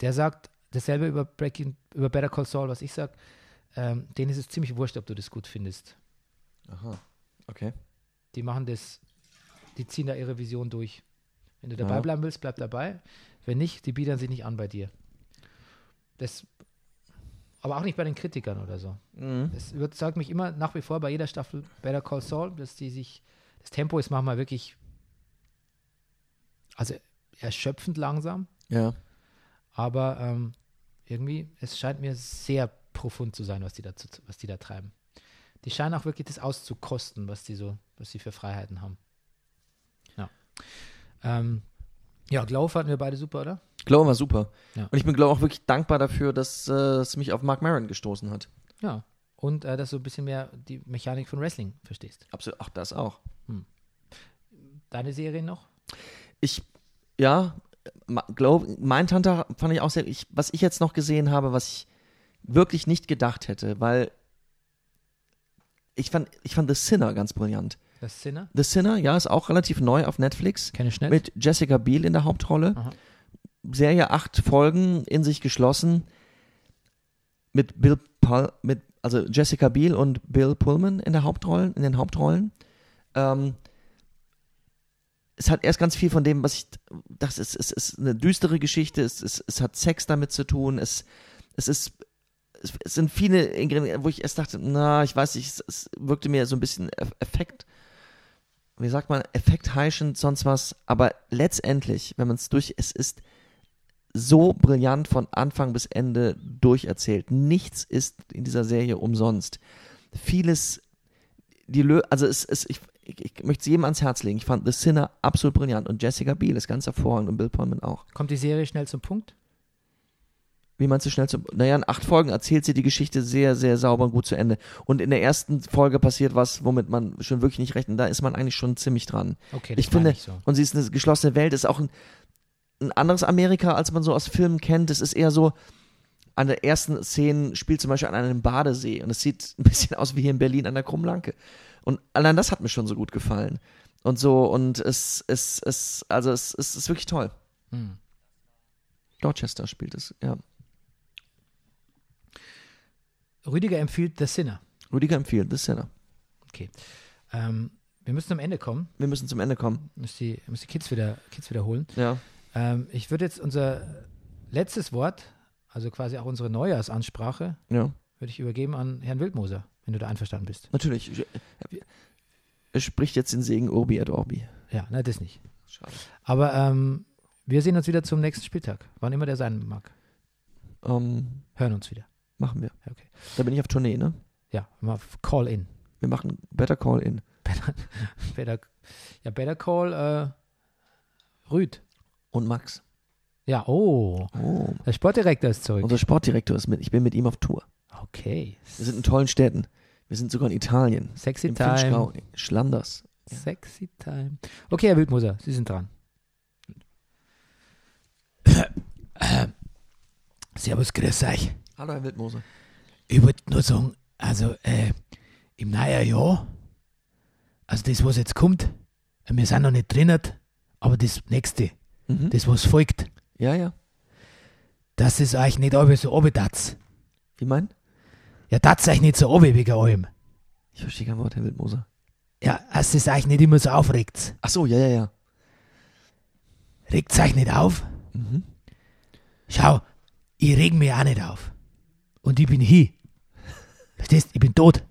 S1: der sagt dasselbe über, Breaking, über Better Call Saul, was ich sage. Ähm, denen ist es ziemlich wurscht, ob du das gut findest.
S2: Aha. Okay.
S1: Die machen das, die ziehen da ihre Vision durch. Wenn du dabei
S2: Ja.
S1: bleiben willst, bleib dabei. Wenn nicht, die biedern sich nicht an bei dir. Das, aber auch nicht bei den Kritikern oder so.
S2: Mhm.
S1: Es überzeugt mich immer nach wie vor bei jeder Staffel Better Call Saul, dass die sich, das Tempo ist manchmal wirklich, also erschöpfend langsam,
S2: Ja.
S1: aber ähm, irgendwie, es scheint mir sehr profund zu sein, was die, dazu, was die da treiben. Die scheinen auch wirklich das auszukosten, was die so, was sie für Freiheiten haben. Ja. Ähm, ja, Glow fanden wir beide super, oder?
S2: Glow war super.
S1: Ja.
S2: Und ich bin Glow auch wirklich dankbar dafür, dass äh, es mich auf Mark Maron gestoßen hat.
S1: Ja. Und äh, dass du ein bisschen mehr die Mechanik von Wrestling verstehst.
S2: Absolut. Ach, das auch.
S1: Deine Serien noch?
S2: Ich, ja, Ma- Glow, Mindhunter fand ich auch sehr, ich, was ich jetzt noch gesehen habe, was ich wirklich nicht gedacht hätte, weil ich fand, ich fand The Sinner ganz brillant.
S1: Das Sinner?
S2: The Sinner, ja, ist auch relativ neu auf Netflix.
S1: Kenne schnell.
S2: Mit Jessica Biel in der Hauptrolle.
S1: Aha.
S2: Serie acht Folgen in sich geschlossen. Mit Bill Pul mit, also Jessica Biel und Bill Pullman in der Hauptrollen, in den Hauptrollen. Ähm, es hat erst ganz viel von dem, was ich. Das ist, es ist eine düstere Geschichte, es, es, es hat Sex damit zu tun, es, es ist. Es, es sind viele Ingredienzien, wo ich erst dachte, na, ich weiß nicht, es, es wirkte mir so ein bisschen eff- effekt wie sagt man, effektheischend, sonst was. Aber letztendlich, wenn man es durch, es ist so brillant von Anfang bis Ende durcherzählt. Nichts ist in dieser Serie umsonst. Vieles, die Lö also es, es, ich, ich, ich möchte es jedem ans Herz legen. Ich fand The Sinner absolut brillant und Jessica Biel ist ganz hervorragend und Bill Pullman auch.
S1: Kommt die Serie schnell zum Punkt?
S2: Wie meinst du schnell zum. Naja, in acht Folgen erzählt sie die Geschichte sehr, sehr sauber und gut zu Ende. Und in der ersten Folge passiert was, womit man schon wirklich nicht rechnet. Da ist man eigentlich schon ziemlich dran.
S1: Okay, das
S2: ich finde,
S1: ich so.
S2: und sie ist eine geschlossene Welt, ist auch ein, ein anderes Amerika, als man so aus Filmen kennt. Es ist eher so, an der ersten Szene spielt zum Beispiel an einem Badesee und es sieht ein bisschen aus wie hier in Berlin an der Krummlanke. Und allein das hat mir schon so gut
S1: Hm.
S2: gefallen. Und so, und es, es, es, also es, es ist wirklich toll. Dorchester spielt es, ja.
S1: Rüdiger empfiehlt The Sinner.
S2: Rüdiger empfiehlt The Sinner.
S1: Okay. Ähm, wir müssen am Ende kommen.
S2: Wir müssen zum Ende kommen.
S1: Müsst die, müsst die Kids, wieder, Kids wiederholen.
S2: Ja.
S1: Ähm, ich würde jetzt unser letztes Wort, also quasi auch unsere Neujahrsansprache,
S2: Ja.
S1: würde ich übergeben an Herrn Wildmoser, wenn du da einverstanden bist.
S2: Natürlich. Er spricht jetzt den Segen Urbi et Orbi.
S1: Ja, na, das nicht.
S2: Schade.
S1: Aber ähm, wir sehen uns wieder zum nächsten Spieltag, wann immer der sein mag.
S2: Ähm,
S1: Hören uns wieder.
S2: machen wir.
S1: Ja, Okay.
S2: Da bin ich auf Tournee, ne?
S1: Ja, mal f- Call in.
S2: Wir machen Better Call in.
S1: Better, ja, Better Call äh, Rüd.
S2: Und Max.
S1: Ja, oh,
S2: Oh.
S1: der Sportdirektor ist zurück.
S2: Unser Sportdirektor ist mit. Ich bin mit ihm auf Tour.
S1: Okay.
S2: Wir sind in tollen Städten. Wir sind sogar in Italien.
S1: Sexy
S2: Im
S1: Time.
S2: Finchgau. Schlanders.
S1: Sexy Time. Okay, Herr Wildmoser, Sie sind dran. Servus, grüß euch.
S2: Hallo, Herr Wildmoser.
S1: Ich wollte nur sagen, also äh, im neuen Jahr, also das, was jetzt kommt, wir sind noch nicht drinnen, aber das nächste,
S2: Mhm.
S1: das, was folgt,
S2: Ja, ja.
S1: das ist euch nicht alles so obedatz.
S2: Wie meinen?
S1: Ja, das euch nicht so obe wegen allem.
S2: Ich verstehe kein Wort, Herr Wildmoser.
S1: Ja, es ist euch nicht immer so aufregt.
S2: Ach so, ja, ja, ja.
S1: Regt euch nicht auf.
S2: Mhm.
S1: Schau, ich reg mich auch nicht auf. Und ich bin hier. Verstehst, ich bin tot.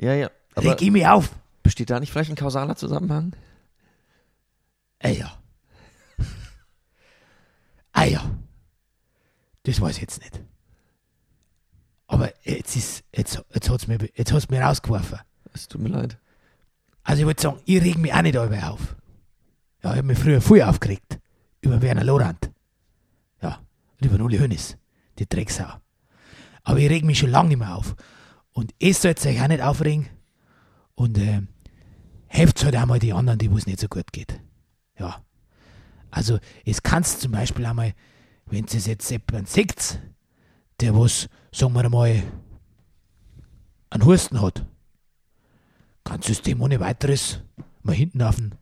S2: Ja, ja. Aber
S1: Reg ich mich auf.
S2: besteht da nicht vielleicht ein kausaler Zusammenhang?
S1: Ey, Ah ja. Ey, ja. Das weiß ich jetzt nicht. Aber jetzt ist, jetzt, jetzt hat's mir, jetzt hat's mir rausgeworfen.
S2: Es tut mir leid.
S1: Also ich würde sagen, ich reg mich auch nicht darüber auf. Ja, ich habe mich früher viel aufgeregt. Über Werner Lorand. Ja, und über Uli Hönes, die Drecksau. Aber ich reg mich schon lange nicht mehr auf. Und ihr sollt euch auch nicht aufregen. Und ähm, helft halt auch mal die anderen, die wo es nicht so gut geht. Ja. Also es kannst zum Beispiel einmal, wenn es jetzt jemand sieht, der was, sagen wir mal, einen Husten hat, kannst du es dem ohne weiteres mal hinten auf den,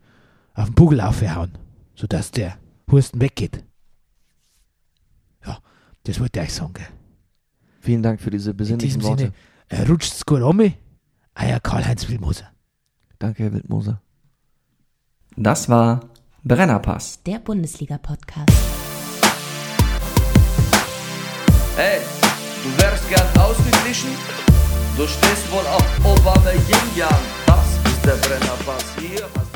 S1: auf den Bugel aufhauen, sodass der Husten weggeht. Ja, das wollte ich euch sagen. Gell.
S2: Vielen Dank für diese
S1: In diesem
S2: besinnlichen
S1: Sinne,
S2: Worte.
S1: äh, rutscht's gut um. Eier Karl-Heinz Wilmoser.
S2: Danke, Herr Wildmoser.
S6: Das war Brennerpass.
S3: Der Bundesliga-Podcast.
S4: Ey, du wärst gern ausgeglichen? Du stehst wohl auf Obama Yin Yang. Das ist der Brennerpass. Hier hast